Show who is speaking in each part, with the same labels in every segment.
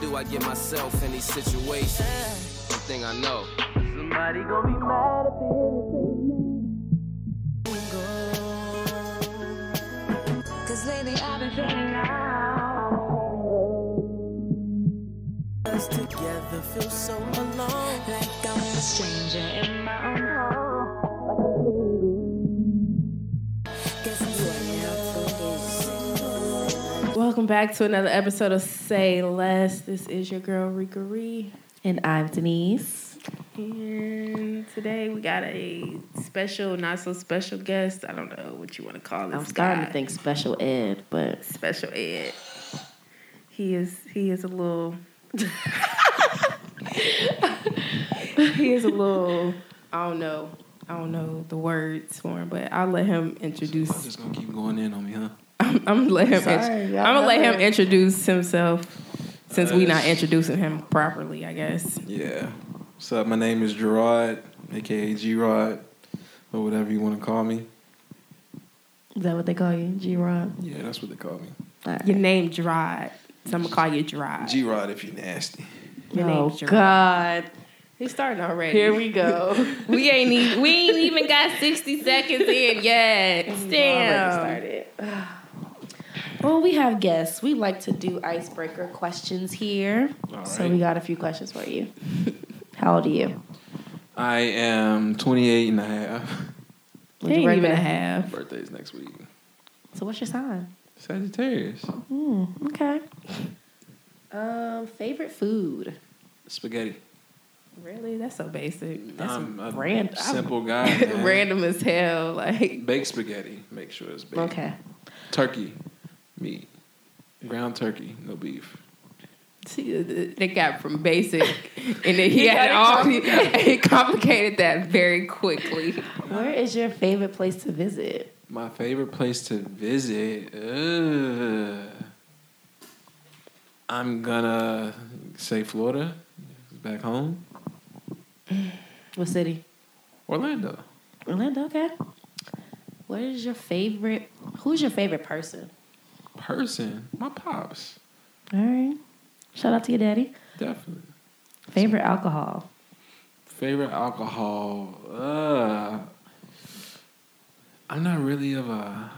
Speaker 1: do I get myself in these situations? One thing I know. Somebody gonna be mad if they hear me
Speaker 2: Cause lately I've been feeling
Speaker 3: Us together feel so alone.
Speaker 2: like I'm a stranger in my own home. Guess you are now too busy.
Speaker 4: Welcome back to another episode of Say Less. This is your girl Rika Ree.
Speaker 5: And I'm Denise.
Speaker 4: And today we got a special, not so special guest. I don't know what you want to call this.
Speaker 5: I'm starting
Speaker 4: guy.
Speaker 5: to think special ed, but
Speaker 4: special ed. He is he is a little he is a little I don't know. I don't know the words for him, but I'll let him
Speaker 6: I'm
Speaker 4: introduce
Speaker 6: just gonna keep going in on me, huh?
Speaker 4: I'm, gonna let him
Speaker 5: Sorry, y'all
Speaker 4: I'm gonna let him
Speaker 5: never-
Speaker 4: introduce himself since we
Speaker 6: Uh,
Speaker 4: not introducing him properly, I guess.
Speaker 6: Yeah. What's up? My name is Gerard, aka G Rod, or whatever you want to call me.
Speaker 5: is that what they call you? G Rob?
Speaker 6: Yeah, that's what they call me.
Speaker 4: Your name Dried. So I'm gonna call you Dried.
Speaker 6: G Rod, if you're nasty.
Speaker 4: Your
Speaker 5: Oh,
Speaker 4: name's Gerard.
Speaker 5: God.
Speaker 4: He's starting already.
Speaker 5: Here we go.
Speaker 4: We ain't e- we ain't even got sixty seconds in yet. Damn.
Speaker 5: well, we have guests. We like to do icebreaker questions here.
Speaker 6: All
Speaker 5: So
Speaker 6: right.
Speaker 5: we got a few questions for you. How old are you?
Speaker 6: I am 28 and a half.
Speaker 5: When's
Speaker 4: ain't
Speaker 5: your
Speaker 4: even a
Speaker 5: birthday?
Speaker 4: half.
Speaker 6: Birthday's next week.
Speaker 5: So what's your sign?
Speaker 6: Sagittarius.
Speaker 5: Hmm, okay. Um, favorite food?
Speaker 6: Spaghetti.
Speaker 4: Really? That's so basic. That's
Speaker 6: I'm a
Speaker 5: random-
Speaker 6: simple guy. man.
Speaker 4: random as hell. Like
Speaker 6: Baked spaghetti. Make sure it's baked.
Speaker 5: Okay.
Speaker 6: Turkey. Meat. Ground turkey. No beef.
Speaker 4: see, th- uh, they got from basic, and then he had all. He, he complicated that very quickly.
Speaker 5: Where is your favorite place to visit?
Speaker 6: My favorite place to visit. Uh, I'm gonna say Florida, back home,
Speaker 5: What city?
Speaker 6: Orlando.
Speaker 5: Orlando, okay. What is your favorite? Who's your favorite person?
Speaker 6: Person, my pops,
Speaker 5: All right. Shout out to your daddy.
Speaker 6: definitely.
Speaker 5: Favorite alcohol?
Speaker 6: Favorite alcohol. Uh, I'm not really of a.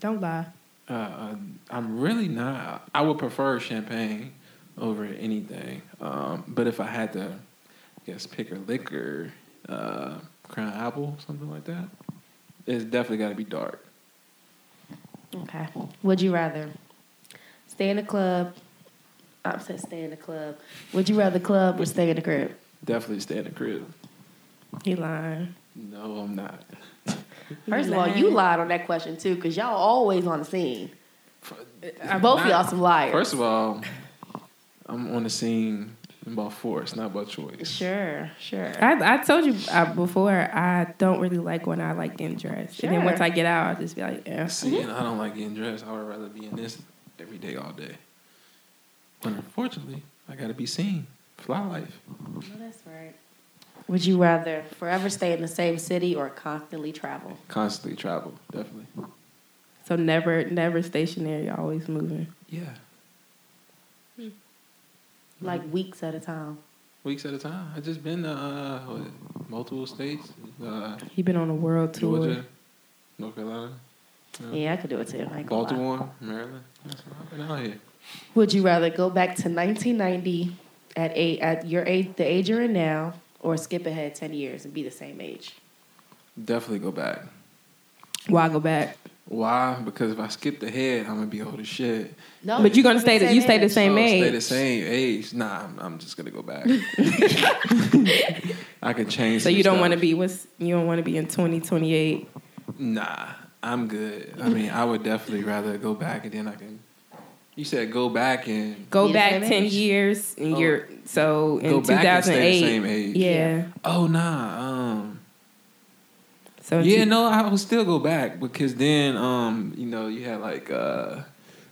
Speaker 4: Don't lie.
Speaker 6: Uh, a I'm really not. I would prefer champagne over anything. Um, but if I had to, I guess pick a liquor, uh, Crown Apple, something like that. It's definitely got to be dark.
Speaker 5: Okay. Would you rather stay in the club? I said stay in the club. Would you rather club or stay in the crib?
Speaker 6: Definitely stay in the crib.
Speaker 4: He lying.
Speaker 6: No, I'm not.
Speaker 5: First of all, you lied on that question too, because y'all always on the scene.
Speaker 6: I'm
Speaker 5: Both
Speaker 6: not-
Speaker 5: of y'all some liars.
Speaker 6: First of all, I'm on the scene by force, not by choice.
Speaker 5: sure, sure.
Speaker 4: I, I told you uh, before. I don't really like when I like in dress, and then
Speaker 5: Sure.
Speaker 4: once I get out, I'll just be like, yeah.
Speaker 6: See, and I don't like getting dressed. I would rather be in this every day, all day. But unfortunately, I gotta be seen. Fly life.
Speaker 5: that's right. Would you rather forever stay in the same city or constantly travel?
Speaker 6: Constantly travel, definitely.
Speaker 4: So never, never stationary. Always moving.
Speaker 6: Yeah,
Speaker 5: Like weeks at a time.
Speaker 6: weeks at a time. I just been to uh, what, multiple states, uh,
Speaker 4: He been on a world tour.
Speaker 6: Georgia, North Carolina,
Speaker 5: Yeah, I could do it too. I ain't gonna lie.
Speaker 6: Baltimore, Maryland. That's what I've been out here.
Speaker 5: Would you rather go back to 1990 at eight, at your age, the age you're in now, or skip ahead 10 years and be the same age?
Speaker 6: Definitely go back.
Speaker 4: Why go back?
Speaker 6: Why? Because if I skip ahead, I'm gonna be old as shit.
Speaker 5: No,
Speaker 4: But you're gonna stay. The, you stay the
Speaker 5: age.
Speaker 4: same
Speaker 6: Oh,
Speaker 4: age.
Speaker 6: Stay the same age. Nah, I'm, I'm just gonna go back. I could change.
Speaker 4: So
Speaker 6: some
Speaker 4: you don't
Speaker 6: stuff.
Speaker 4: want to be what's you don't want to be in 2028.
Speaker 6: Nah, I'm good. I mean, I would definitely rather go back and then I can. You said go back and
Speaker 4: Go
Speaker 5: Be the
Speaker 4: back
Speaker 5: same
Speaker 4: 10
Speaker 5: age.
Speaker 4: years and
Speaker 6: Oh.
Speaker 4: you're so in
Speaker 6: go back and stay
Speaker 4: 2008.
Speaker 6: the same age.
Speaker 4: yeah.
Speaker 6: Oh nah. Um.
Speaker 4: So in
Speaker 6: Yeah.
Speaker 4: two-
Speaker 6: No, I would still go back because then, um, you know, you had like, uh,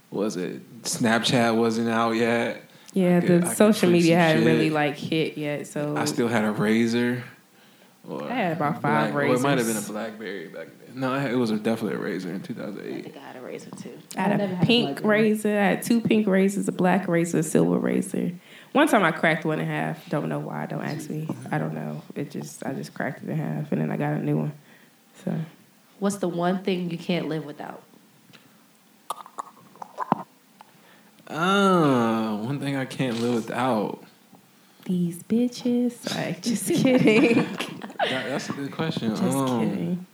Speaker 6: what was it Snapchat wasn't out yet.
Speaker 4: yeah,
Speaker 6: I could-
Speaker 4: the
Speaker 6: I could
Speaker 4: social
Speaker 6: tweak
Speaker 4: media
Speaker 6: some
Speaker 4: hadn't
Speaker 6: shit.
Speaker 4: really like hit yet. So
Speaker 6: I still had a razor. Or
Speaker 4: Oh. I had about five
Speaker 6: Black- Or it might have been a
Speaker 4: razors.
Speaker 6: BlackBerry back then. No, I had, it was a, definitely a razor in
Speaker 5: I
Speaker 6: 2008.
Speaker 5: think I had a razor too.
Speaker 4: I had
Speaker 5: never
Speaker 4: a
Speaker 5: had
Speaker 4: pink
Speaker 5: black
Speaker 4: razor. I had two pink razors, a black razor, a silver razor. One time I cracked one in half. Don't know why. Don't ask me. I don't know. It just I just cracked it in half, and then I got a new one. So
Speaker 5: What's the one thing you can't live without?
Speaker 6: Ah, one thing I can't live without.
Speaker 4: these bitches. Like just kidding.
Speaker 6: That, that's a good question.
Speaker 4: just
Speaker 6: Um,
Speaker 4: kidding.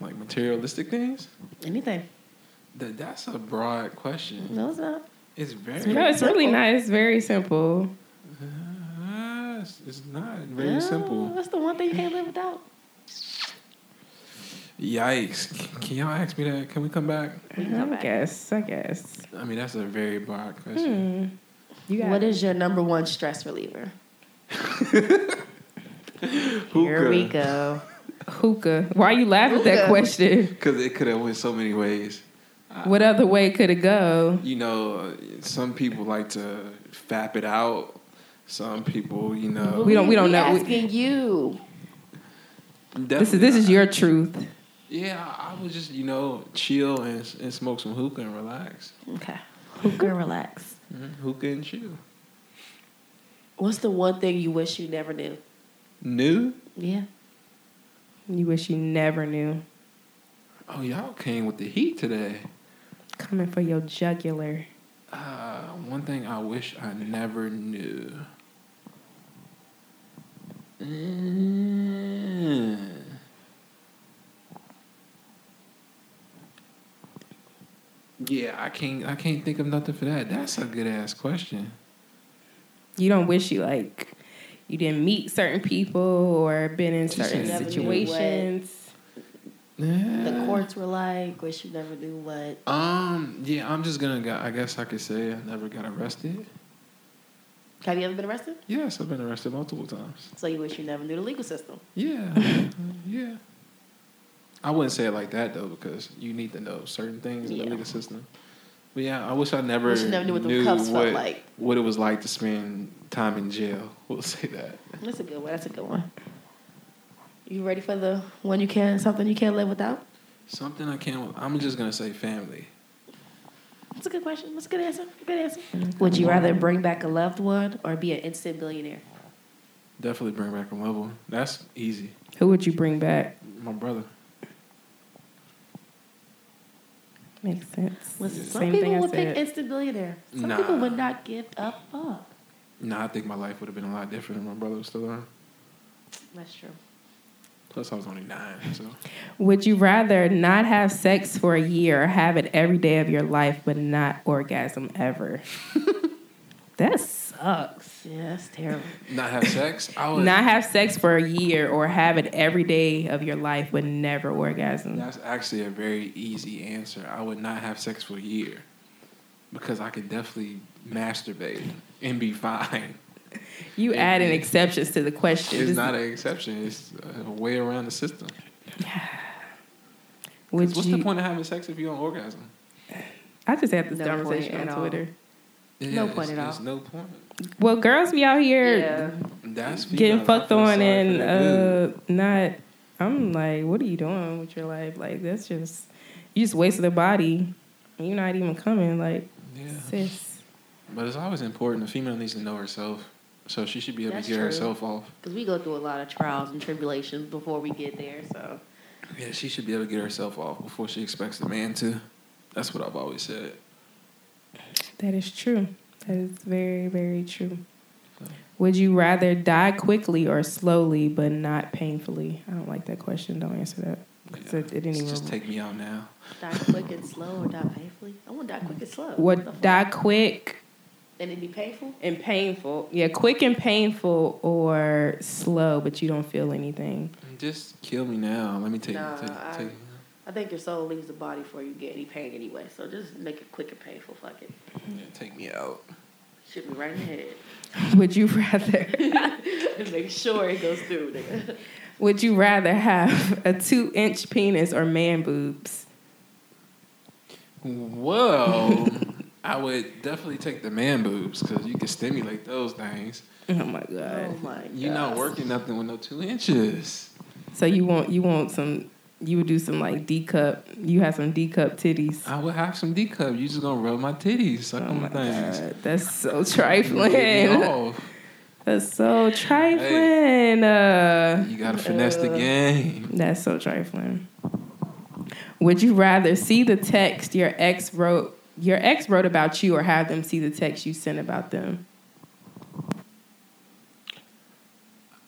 Speaker 6: Like materialistic things?
Speaker 5: Anything?
Speaker 6: That, that's a broad question.
Speaker 5: No, it's not.
Speaker 6: It's very.
Speaker 4: No, it's really nice. It's very simple.
Speaker 6: Ah, it's, it's not very simple.
Speaker 5: What's the one thing you can't live without?
Speaker 6: Yikes! C- Can y'all ask me that? Can we come back?
Speaker 4: I guess. I guess.
Speaker 6: I mean, that's a very broad question.
Speaker 4: Hmm. You got
Speaker 5: What
Speaker 4: it.
Speaker 5: is your number one stress reliever? Here
Speaker 4: Hmm.
Speaker 6: Hookah.
Speaker 5: we go.
Speaker 4: hookah? Why you laugh at that
Speaker 5: Hookah.
Speaker 4: question?
Speaker 6: Because it could have went so many ways.
Speaker 4: What other way could it go?
Speaker 6: You know, some people like to fap it out. Some people, you know,
Speaker 4: We don't- we don't know. We-
Speaker 5: Asking you.
Speaker 4: This is this is your truth.
Speaker 6: Yeah, I would just you know chill and, and smoke some hookah and relax. Mm-hmm.
Speaker 5: Okay. Hookah, relax.
Speaker 6: Hookah and chill.
Speaker 5: What's the one thing you wish you never knew?
Speaker 6: New?
Speaker 5: Yeah.
Speaker 4: You wish you never knew.
Speaker 6: Oh, y'all came with the heat today.
Speaker 4: Coming for your jugular.
Speaker 6: Uh, one thing I wish I never knew. Mm. Yeah, I can't. I can't think of nothing for that. That's a good ass question.
Speaker 4: You don't wish you like you didn't meet certain people or been in
Speaker 6: She
Speaker 4: certain
Speaker 6: said never knew
Speaker 5: what-
Speaker 4: situations.
Speaker 5: The
Speaker 6: Yeah.
Speaker 5: courts were like, wish you never knew what.
Speaker 6: Um. Yeah, I'm just gonna. Go, I guess I could say I never got arrested.
Speaker 5: Have you ever been arrested?
Speaker 6: Yes, I've been arrested multiple times.
Speaker 5: So you wish you never knew the legal system.
Speaker 6: Yeah. yeah. I wouldn't say it like that though, because you need to know certain things in
Speaker 5: Yeah.
Speaker 6: the legal system. But yeah, I wish I never,
Speaker 5: Wish you never knew what them cuffs felt
Speaker 6: what-
Speaker 5: like.
Speaker 6: what it was like to spend time in jail. We'll say that.
Speaker 5: That's a good one. That's a good one. You ready for the one you can something you can't live without?
Speaker 6: Something I can't. I'm just gonna say family.
Speaker 5: That's a good question. That's a good answer. Good answer. Would you rather bring back a loved one or be an instant billionaire?
Speaker 6: Definitely bring back a level. That's easy.
Speaker 4: Who would you bring back?
Speaker 6: My brother.
Speaker 4: Makes sense.
Speaker 5: Listen, some
Speaker 4: Same thing
Speaker 5: people
Speaker 4: I
Speaker 5: would think
Speaker 4: said.
Speaker 5: instant billionaire. Some
Speaker 6: Nah.
Speaker 5: people would not give a fuck.
Speaker 6: Nah, I think my life would have been a lot different if my brother was still around.
Speaker 5: That's true.
Speaker 6: Plus, I was only nine, so.
Speaker 4: Would you rather not have sex for a year or have it every day of your life but not orgasm ever? that sucks.
Speaker 5: Yeah, that's terrible.
Speaker 6: Not have sex? I would.
Speaker 4: Not have sex for a year or have it every day of your life but never orgasm.
Speaker 6: That's actually a very easy answer. I would not have sex for a year because I could definitely masturbate and be fine.
Speaker 4: You adding exceptions to the question.
Speaker 6: It's
Speaker 4: Just-
Speaker 6: not an exception. It's a way around the system. 'Cause
Speaker 4: would
Speaker 6: What's
Speaker 4: you,
Speaker 6: the point of having sex if you don't orgasm?
Speaker 4: I just had this
Speaker 5: No point
Speaker 4: conversation
Speaker 5: at
Speaker 4: on
Speaker 5: all.
Speaker 4: Twitter.
Speaker 6: Yeah,
Speaker 5: point
Speaker 6: it's-
Speaker 5: at all.
Speaker 6: There's no point.
Speaker 4: Well, girls be out here
Speaker 6: That's
Speaker 4: getting
Speaker 6: females. I
Speaker 4: fucked
Speaker 6: feel
Speaker 4: on
Speaker 6: sorry
Speaker 4: and
Speaker 6: for
Speaker 4: uh,
Speaker 6: that
Speaker 4: not. I'm like, what are you doing with your life? Like, that's just you just wasted a body. and You're not even coming, like
Speaker 6: dude. Yeah.
Speaker 4: sis.
Speaker 6: But it's always important. A female needs to know herself. So she should be able
Speaker 5: That's
Speaker 6: to get
Speaker 5: true.
Speaker 6: herself off.
Speaker 5: Because we go through a lot of trials and tribulations before we get there. So
Speaker 6: Yeah, she should be able to get herself off before she expects a man to. That's what I've always said.
Speaker 4: That is true. That is very, very true. Would you rather die quickly or slowly, but not painfully? I don't like that question. Don't answer that. 'Cause it, it didn't even
Speaker 6: Just take me out now.
Speaker 5: die quick and slow or die painfully? I want to die quick and slow. The fuck?
Speaker 4: What die quick
Speaker 5: And it be painful?
Speaker 4: and painful? Yeah, quick and painful or slow, but you don't feel anything.
Speaker 6: Just kill me now. Let me take.
Speaker 5: Nah,
Speaker 6: take,
Speaker 5: I-
Speaker 6: take.
Speaker 5: I think your soul leaves the body before you get any pain anyway. So just make it quick and painful. Fuck it.
Speaker 6: Yeah, take me out.
Speaker 5: Shoot me right in the head.
Speaker 4: Would you rather?
Speaker 5: and make sure it goes through. Nigga.
Speaker 4: Would you rather have a two-inch penis or man boobs?
Speaker 6: Whoa. I would definitely take the man boobs because you can stimulate those things.
Speaker 4: Oh my god!
Speaker 5: Oh my god.
Speaker 6: You're not working nothing with no two inches.
Speaker 4: So you want you want some you would do some like D cup. You had some D cup titties.
Speaker 6: I would have some D cup. You just gonna rub my titties, suck
Speaker 4: Oh
Speaker 6: on
Speaker 4: my
Speaker 6: my things.
Speaker 4: god, that's so
Speaker 6: Get me
Speaker 4: trifling.
Speaker 6: off.
Speaker 4: That's so trifling. Uh,
Speaker 6: You gotta finesse the
Speaker 4: uh,
Speaker 6: game.
Speaker 4: That's so trifling. Would you rather see the text your ex wrote your ex wrote about you or have them see the text you sent about them?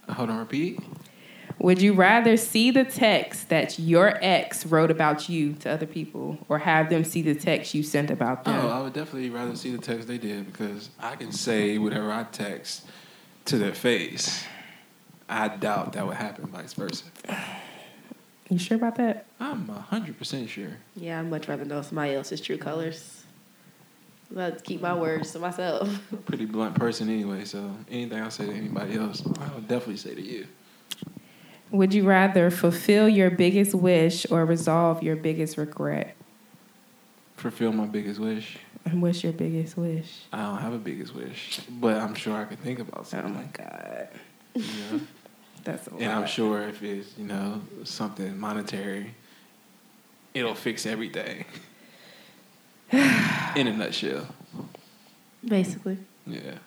Speaker 6: Hold on, repeat.
Speaker 4: Would you rather see the text that your ex wrote about you to other people or have them see the text you sent about them?
Speaker 6: Oh, I would definitely rather see the text they did because I can say whatever I text to their face. I doubt that would happen, vice versa.
Speaker 4: You sure about that?
Speaker 6: I'm hundred percent sure.
Speaker 5: Yeah, I'd much rather know somebody else's true colors. I'd rather keep my words to myself.
Speaker 6: Pretty blunt person anyway, so anything I say to anybody else, I would definitely say to you.
Speaker 4: Would you rather fulfill your biggest wish or resolve your biggest regret?
Speaker 6: Fulfill my biggest wish.
Speaker 4: And what's your biggest wish?
Speaker 6: I don't have a biggest wish, but I'm sure I could think about
Speaker 4: Oh
Speaker 6: something.
Speaker 4: my god.
Speaker 6: you know?
Speaker 4: That's a lot.
Speaker 6: And I'm sure if it's, you know, something monetary, it'll fix everything. In a nutshell.
Speaker 5: Basically.
Speaker 6: Yeah.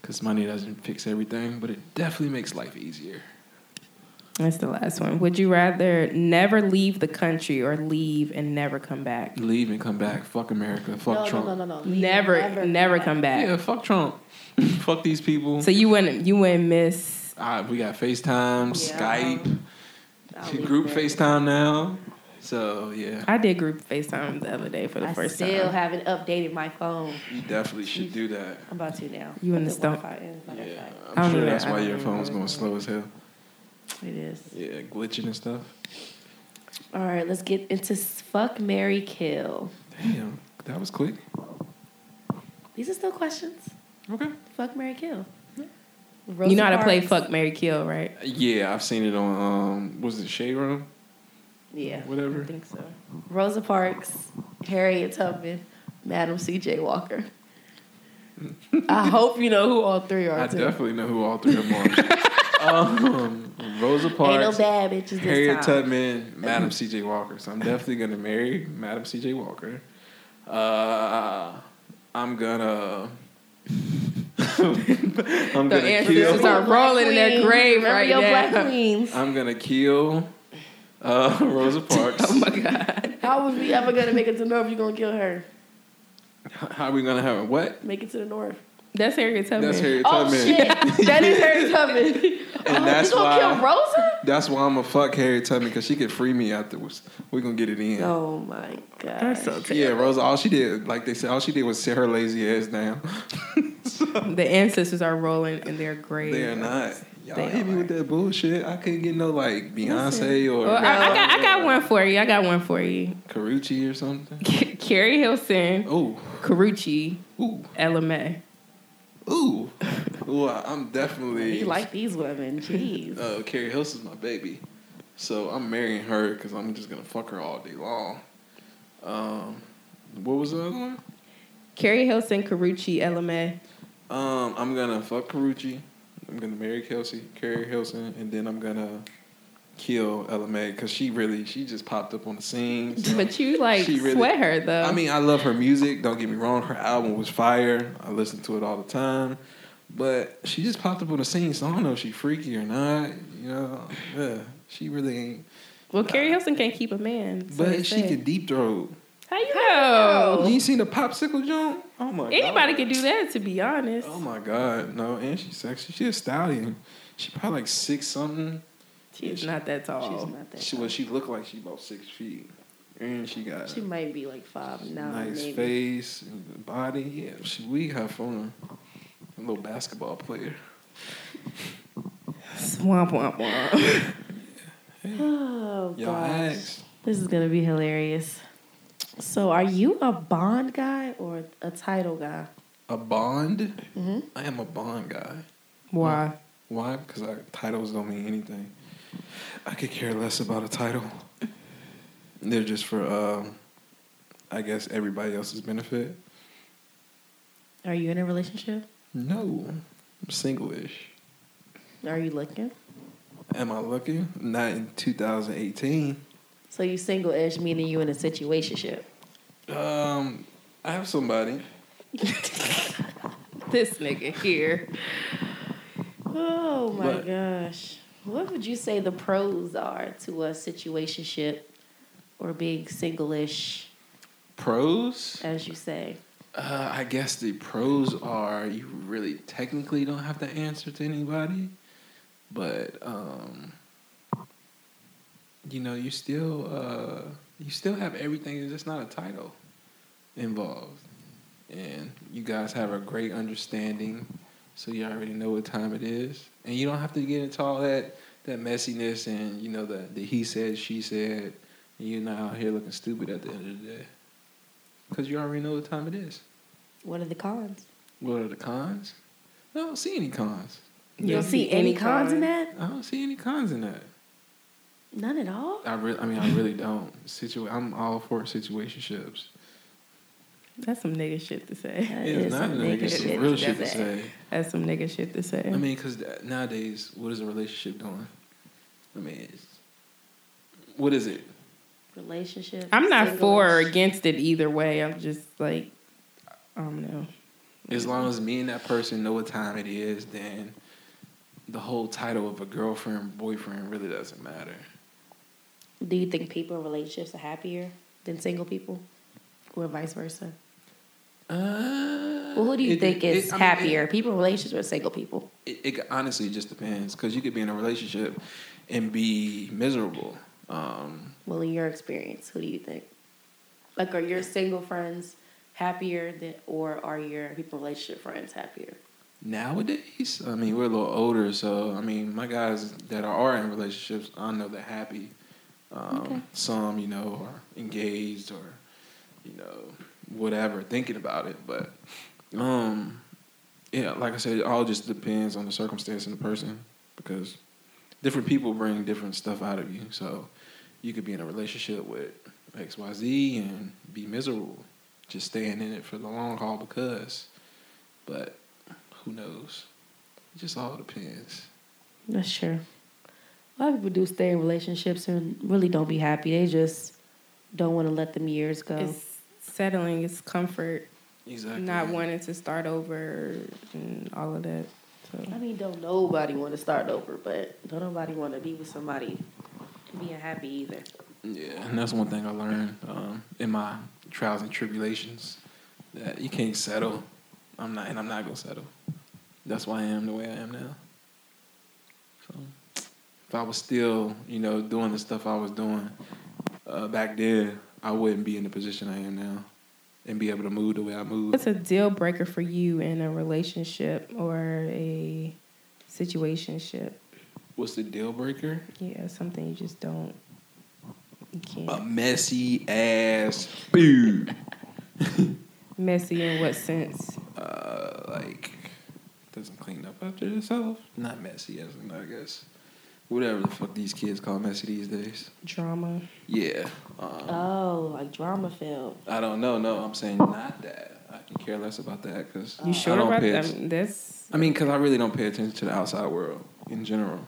Speaker 6: Because money doesn't fix everything, but it definitely makes life easier.
Speaker 4: That's the last one. Would you rather never leave the country or leave and never come back?
Speaker 6: Leave and come back. Fuck America. Fuck
Speaker 5: no,
Speaker 6: Trump.
Speaker 5: no, no, no, no.
Speaker 4: Never, never, come back.
Speaker 6: Yeah, fuck Trump. fuck these people.
Speaker 4: So you wouldn't, you wouldn't miss.
Speaker 6: Ah, we got FaceTime,
Speaker 5: Yeah.
Speaker 6: Skype,
Speaker 5: I'll leave
Speaker 6: group
Speaker 5: there.
Speaker 6: FaceTime now. So, yeah,
Speaker 4: I did group Facetime the other day for the
Speaker 5: I
Speaker 4: first
Speaker 5: still
Speaker 4: time.
Speaker 5: haven't updated my phone.
Speaker 6: you definitely should do that.
Speaker 5: I'm about to now.
Speaker 4: You in the
Speaker 5: Put
Speaker 4: stump.
Speaker 5: Wi-Fi in, matter of
Speaker 6: Yeah,
Speaker 5: fact.
Speaker 4: I
Speaker 6: I'm
Speaker 4: don't
Speaker 6: sure
Speaker 4: even-
Speaker 6: that's
Speaker 4: I
Speaker 6: why
Speaker 4: don't
Speaker 6: your
Speaker 4: even
Speaker 6: phone's
Speaker 4: remember.
Speaker 6: going slow as hell.
Speaker 5: It is.
Speaker 6: Yeah, glitching and stuff.
Speaker 5: All right, let's get into s- fuck, Mary kill.
Speaker 6: Damn, that was quick.
Speaker 5: These are still questions.
Speaker 6: Okay.
Speaker 5: Fuck, Mary kill.
Speaker 4: You know how to play
Speaker 5: Rosa Parks.
Speaker 4: fuck, Mary kill, right?
Speaker 6: Yeah, I've seen it on um, was it Shade Room?
Speaker 5: Yeah.
Speaker 6: Whatever.
Speaker 4: I think so.
Speaker 5: Rosa Parks, Harriet Tubman, Madam C.J. Walker. I hope you know who all three are.
Speaker 6: I
Speaker 5: too.
Speaker 6: definitely know who all three of them are. um, Rosa
Speaker 5: Ain't no
Speaker 6: Parks,
Speaker 5: bad bitches this
Speaker 6: Harriet
Speaker 5: time.
Speaker 6: Tubman, Madam C.J. Walker. So I'm definitely gonna marry Madam C.J. Walker. Uh, I'm gonna. I'm
Speaker 7: The
Speaker 6: gonna
Speaker 7: ancestors
Speaker 6: kill.
Speaker 7: are rolling in their
Speaker 5: Queen.
Speaker 7: grave
Speaker 5: Remember
Speaker 7: right
Speaker 5: your
Speaker 7: now.
Speaker 5: black queens.
Speaker 6: I'm gonna kill. Uh, Rosa Parks.
Speaker 7: Oh my god.
Speaker 5: How was we ever gonna make it to the north? You gonna kill her?
Speaker 6: How are we gonna have it? What?
Speaker 5: Make it to the north.
Speaker 4: That's Harriet Tubman.
Speaker 6: That's Harriet
Speaker 5: Oh
Speaker 6: Tubman.
Speaker 5: shit, that is Harriet Tubman.
Speaker 6: And
Speaker 5: oh,
Speaker 6: that's
Speaker 5: you gonna
Speaker 6: why-
Speaker 5: kill Rosa?
Speaker 6: That's why I'm gonna fuck Harriet Tubman because she could free me afterwards. We gonna get it in.
Speaker 5: Oh my god.
Speaker 4: That's so
Speaker 6: Yeah, Rosa. All she did, like they said, all she did was sit her lazy ass down.
Speaker 4: The ancestors are rolling in their grave.
Speaker 6: They are not. Y'all
Speaker 4: They
Speaker 6: hit me with that bullshit. I couldn't get no like Beyonce or
Speaker 4: Well, Oh, I, I got, I got one for you. I got one for you.
Speaker 6: Carucci or something.
Speaker 4: Carrie Hilson,
Speaker 6: Oh,
Speaker 4: Carucci,
Speaker 6: ooh,
Speaker 4: LMA.
Speaker 6: ooh, ooh. I- I'm definitely.
Speaker 5: You like these women? Jeez.
Speaker 6: uh, Carrie Hilson's my baby, so I'm marrying her because I'm just gonna fuck her all day long. Um, what was the other one?
Speaker 4: Carrie Hilson, Carucci, LMA.
Speaker 6: Um, I'm gonna fuck Karuchi. I'm gonna marry Kelsey, Carrie Hilson, and then I'm gonna kill LMA because she really she just popped up on the scene. so-
Speaker 4: But you like
Speaker 6: She really-
Speaker 4: sweat her though.
Speaker 6: I mean, I love her music. Don't get me wrong, her album was fire. I listen to it all the time. But she just popped up on the scene, so I don't know if she freaky or not. You know, yeah, she really ain't.
Speaker 4: well, Carrie Hilson can't keep a man. so they
Speaker 6: But she
Speaker 4: say. Oh.
Speaker 6: can deep throat. Oh,
Speaker 4: How you know?
Speaker 6: You ain't seen the popsicle joint? Oh my god!
Speaker 4: Anybody can do that. To be honest,
Speaker 6: Oh my god, no! And she's sexy. She's a stallion. She probably like six something.
Speaker 4: she's not that tall.
Speaker 5: She's not that.
Speaker 6: She well, she looked like she about six feet, and she got
Speaker 5: She might be like five
Speaker 6: a
Speaker 5: now.
Speaker 6: nice
Speaker 5: maybe.
Speaker 6: face and body. Yeah, she we have fun. A little basketball player.
Speaker 4: Swamp, womp, womp.
Speaker 5: Oh
Speaker 6: Y'all
Speaker 5: gosh.
Speaker 6: ask.
Speaker 5: This is gonna be hilarious. So, are you a Bond guy or a title guy?
Speaker 6: a bond.
Speaker 5: Mhm.
Speaker 6: I am a bond guy.
Speaker 4: Why?
Speaker 6: Why? Because titles don't mean anything. I could care less about a title. They're just for, um, I guess, everybody else's benefit.
Speaker 5: Are you in a relationship?
Speaker 6: No, I'm single-ish.
Speaker 5: Are you looking?
Speaker 6: Am I looking? Not in 2018.
Speaker 5: So you single ish, meaning you in a situationship.
Speaker 6: Um, I have somebody.
Speaker 7: This nigga here.
Speaker 5: Oh my
Speaker 6: But-
Speaker 5: gosh. What would you say the pros are to a situationship or being single ish,
Speaker 6: Pros?
Speaker 5: as you say?
Speaker 6: Uh, I guess the pros are you really technically don't have to answer to anybody, but um, you know you still uh, you still have everything. It's just not a title involved, and you guys have a great understanding, so you already know what time it is, and you don't have to get into all that that messiness and you know the the he said she said, and you're not out here looking stupid at the end of the day, because you already know what time it is.
Speaker 5: What are the cons?
Speaker 6: What are the cons? I don't see any cons.
Speaker 5: You don't see any cons in that?
Speaker 6: I don't see any cons in that.
Speaker 5: None at all?
Speaker 6: I really, I mean, I really don't. Situa- I'm all for situationships.
Speaker 4: That's some nigga shit to say.
Speaker 5: That
Speaker 6: It's
Speaker 5: is
Speaker 6: not
Speaker 5: some
Speaker 6: nigga
Speaker 5: nigga
Speaker 6: shit.
Speaker 5: shit
Speaker 6: Real
Speaker 5: to
Speaker 6: shit to
Speaker 5: say.
Speaker 6: say.
Speaker 4: That's some nigga shit to say.
Speaker 6: I mean, because nowadays, what is a relationship doing? I mean, it's, what is it?
Speaker 5: Relationship.
Speaker 4: I'm not for or
Speaker 5: single-ish.
Speaker 4: against it either way. I'm just like, I don't know.
Speaker 6: As long as me and that person know what time it is, then the whole title of a girlfriend, boyfriend really doesn't matter.
Speaker 5: Do you think people in relationships are happier than single people? Or vice versa?
Speaker 6: Uh,
Speaker 5: Well, who do you
Speaker 6: it-
Speaker 5: think
Speaker 6: it-
Speaker 5: is
Speaker 6: I mean, it-
Speaker 5: happier, people in relationships or single people?
Speaker 6: it, it honestly just depends because you could be in a relationship and be miserable. Um,
Speaker 5: Well, in your experience, who do you think? Like, are your single friends happier than, or are your people in relationship friends happier?
Speaker 6: nowadays, I mean, we're a little older, so I mean, my guys that are in relationships, I know they're happy. Um, Some, you know, are engaged or you know, whatever, thinking about it. But um, yeah, like I said, it all just depends on the circumstance and the person because different people bring different stuff out of you. So you could be in a relationship with X Y Z and be miserable, just staying in it for the long haul because. But who knows? It just all depends.
Speaker 5: That's sure. A lot of people do stay in relationships and really don't be happy. They just don't want to let them years go.
Speaker 4: It's settling, it's comfort,
Speaker 6: Exactly.
Speaker 4: not wanting to start over and all of that.
Speaker 5: I
Speaker 4: So
Speaker 5: mean, don't nobody want to start over, but don't nobody want to be with somebody and being happy either.
Speaker 6: Yeah, and that's one thing I learned um, in my trials and tribulations that you can't settle. I'm not, and I'm not gonna settle. That's why I am the way I am now. So, if I was still, you know, doing the stuff I was doing uh, back then, I wouldn't be in the position I am now, and be able to move the way I move.
Speaker 4: what's a deal breaker for you in a relationship or a situationship?
Speaker 6: What's the deal breaker?
Speaker 4: Yeah, something you just don't you can't
Speaker 6: A messy ass food.
Speaker 4: messy in what sense?
Speaker 6: uh, like doesn't clean up after itself. Not messy, as in, I guess. Whatever the fuck these kids call messy these days.
Speaker 4: Drama.
Speaker 6: Yeah. Um,
Speaker 5: Oh, like drama film.
Speaker 6: I don't know. No, I'm saying not that. I can care less about that because
Speaker 4: You sure
Speaker 6: Uh, I don't
Speaker 4: about
Speaker 6: pay
Speaker 4: that? I
Speaker 6: atten-
Speaker 4: mean, that's
Speaker 6: I mean, because I really don't pay attention to the outside world in general.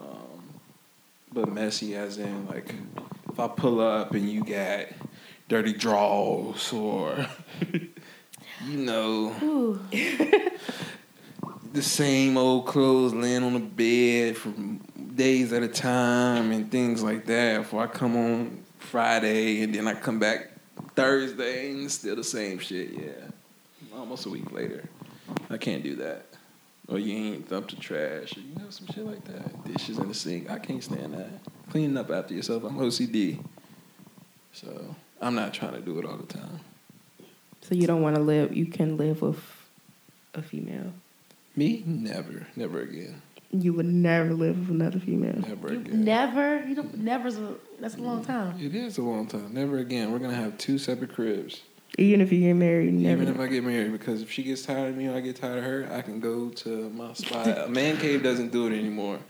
Speaker 6: Um, but messy, as in, like, if I pull up and you got dirty draws or, you know, the same old clothes laying on the bed for days at a time and things like that. Before I come on Friday and then I come back Thursday and it's still the same shit, yeah. Almost a week later. I can't do that. Or you ain't dumped the trash, or you know, some shit like that. Dishes in the sink. I can't stand that. Cleaning up after yourself. I'm OCD. So I'm not trying to do it all the time.
Speaker 4: so you don't want to live. You can live with a female.
Speaker 6: Me? Never. Never again.
Speaker 4: You would never live with another female.
Speaker 6: Never again.
Speaker 5: Never. You don't. Never's a. That's a long time.
Speaker 6: It is a long time. Never again. We're gonna have two separate cribs.
Speaker 4: Even if you get married, never.
Speaker 6: Even if I get married, because if she gets tired of me or I get tired of her, I can go to my spot. a man cave doesn't do it anymore.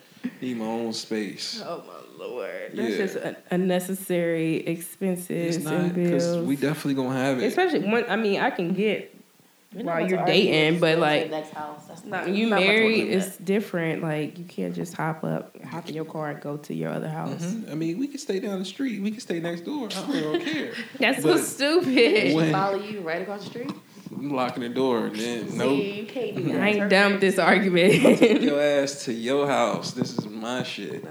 Speaker 6: Need my own space.
Speaker 4: oh my lord, that's
Speaker 6: Yeah.
Speaker 4: just un- unnecessary expenses
Speaker 6: It's not
Speaker 4: and
Speaker 6: because
Speaker 4: bills.
Speaker 6: we definitely gonna have it.
Speaker 4: Especially when I mean, I can get
Speaker 5: We're not
Speaker 4: while
Speaker 5: about
Speaker 4: you're
Speaker 5: to argue.
Speaker 4: dating, but
Speaker 5: Go to
Speaker 4: like
Speaker 5: the next house. That's not-
Speaker 4: when you
Speaker 5: we're not about to
Speaker 4: married,
Speaker 5: worry about
Speaker 4: it's different. Like you can't just hop up, hop in your car, and go to your other house.
Speaker 6: Mhm. I mean, we can stay down the street. We can stay next door. I don't care.
Speaker 4: That's
Speaker 6: But-
Speaker 4: so stupid.
Speaker 5: that.
Speaker 6: when-
Speaker 5: follow you right across the street.
Speaker 6: I'm locking the door and then
Speaker 5: See,
Speaker 6: no.
Speaker 5: you can't do that.
Speaker 4: I ain't done with this argument.
Speaker 6: Your ass to your house. This is my shit.
Speaker 5: No.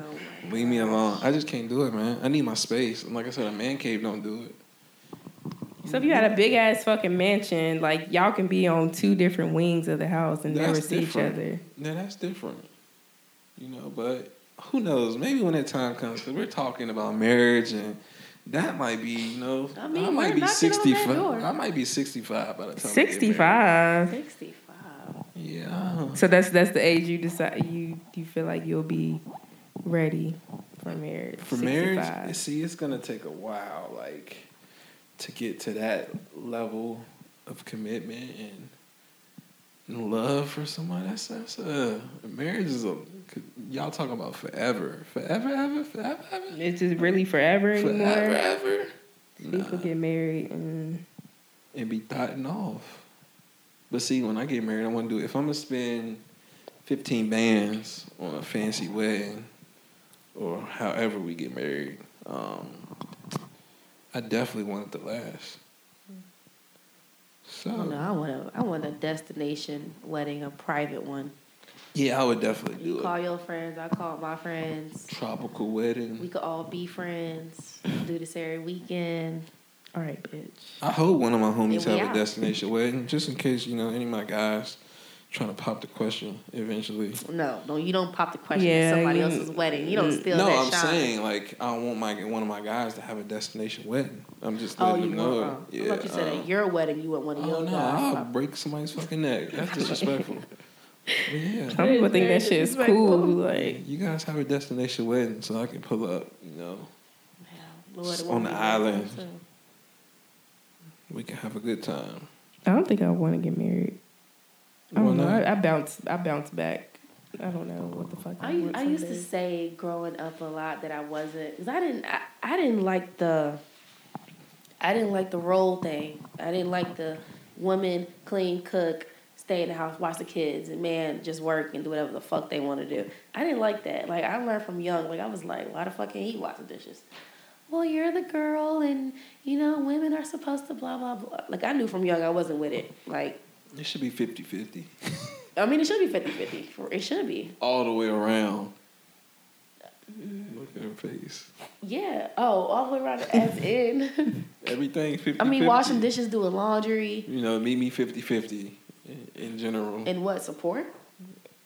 Speaker 6: Leave me alone. I just can't do it, man. I need my space. And like I said, a man cave don't do it.
Speaker 4: so if you had a big ass fucking mansion, like y'all can be on two different wings of the house and
Speaker 6: That's
Speaker 4: never see
Speaker 6: different.
Speaker 4: each other.
Speaker 6: Now that's different, you know. But who knows? Maybe when that time comes, because we're talking about marriage and. That might be, you know,
Speaker 5: I mean,
Speaker 6: might
Speaker 5: we're
Speaker 6: be
Speaker 5: knocking on that
Speaker 6: sixty-five.
Speaker 5: door.
Speaker 6: I might be sixty-five by the time. we get married.
Speaker 4: Sixty-five.
Speaker 5: 65.
Speaker 6: Yeah.
Speaker 4: So that's that's the age you decide you you feel like you'll be ready for marriage.
Speaker 6: For
Speaker 4: 65.
Speaker 6: marriage, see, it's gonna take a while, like, to get to that level of commitment and- and love for somebody. That's that's a marriage is a y'all talking about forever, forever, ever, forever, ever,
Speaker 4: it's just really forever anymore.
Speaker 6: forever, ever,
Speaker 4: People get married and
Speaker 6: and be dotting off. But see, when I get married, I want to do it. If I'm gonna spend fifteen bands on a fancy wedding, or however we get married, um, I definitely want it to last.
Speaker 5: I don't know.
Speaker 6: So
Speaker 5: I want a, I want a destination wedding, a private one.
Speaker 6: yeah, I would definitely
Speaker 5: You
Speaker 6: do
Speaker 5: call
Speaker 6: it.
Speaker 5: your friends. I call my friends.
Speaker 6: Tropical
Speaker 5: We
Speaker 6: wedding.
Speaker 5: could all be friends. Do this every weekend.
Speaker 4: all right, bitch.
Speaker 6: I hope one of my homies
Speaker 5: Yeah, we
Speaker 6: have a
Speaker 5: out.
Speaker 6: destination wedding, just in case you know any of my guys trying to pop the question eventually.
Speaker 5: No, no, you don't pop the question
Speaker 4: Yeah,
Speaker 5: at somebody
Speaker 4: you-
Speaker 5: else's wedding. You don't steal
Speaker 6: No,
Speaker 5: that
Speaker 6: I'm
Speaker 5: shine.
Speaker 6: saying like I don't want my one of my guys to have a destination wedding. I'm just
Speaker 5: Oh,
Speaker 6: letting
Speaker 5: you
Speaker 6: them
Speaker 5: know.
Speaker 6: know.
Speaker 5: uh,
Speaker 6: Yeah.
Speaker 5: I thought you said
Speaker 6: um,
Speaker 5: at your wedding you want one of your
Speaker 6: oh no,
Speaker 5: guys.
Speaker 6: I'll break somebody's fucking neck. That's disrespectful. But yeah,
Speaker 4: Some people think
Speaker 5: very
Speaker 4: that shit is
Speaker 5: disrespectful.
Speaker 4: cool. Like
Speaker 6: you guys have a destination wedding, so I can pull up. You know,
Speaker 5: Yeah, Lord, it
Speaker 6: on
Speaker 5: won't
Speaker 6: the
Speaker 5: be
Speaker 6: island.
Speaker 5: that time,
Speaker 6: we can have a good time.
Speaker 4: I don't think I want to get married. I
Speaker 6: Why
Speaker 4: don't know.
Speaker 6: not?
Speaker 4: I, I bounce. I bounce back. I don't know what the fuck.
Speaker 5: so. I, u-
Speaker 4: want
Speaker 5: I used to
Speaker 4: someday.
Speaker 5: say growing up a lot that I wasn't because I didn't I, I didn't like the I didn't like the role thing. I didn't like the woman clean cook, stay in the house, watch the kids, and man just work and do whatever the fuck they want to do. I didn't like that. Like I learned from young. Like I was like, why the fuck can't he wash the dishes? Well, you're the girl, and you know women are supposed to blah blah blah. Like I knew from young I wasn't with it. Like
Speaker 6: It should be 50-50.
Speaker 5: I mean, it should be 50 50. It should be.
Speaker 6: all the way around. Look at her face.
Speaker 5: Yeah. Oh, all the way around the as in.
Speaker 6: Everything 50
Speaker 5: I mean, washing dishes, doing laundry,
Speaker 6: You know, meet me 50-50 in, in general.
Speaker 5: and what? Support?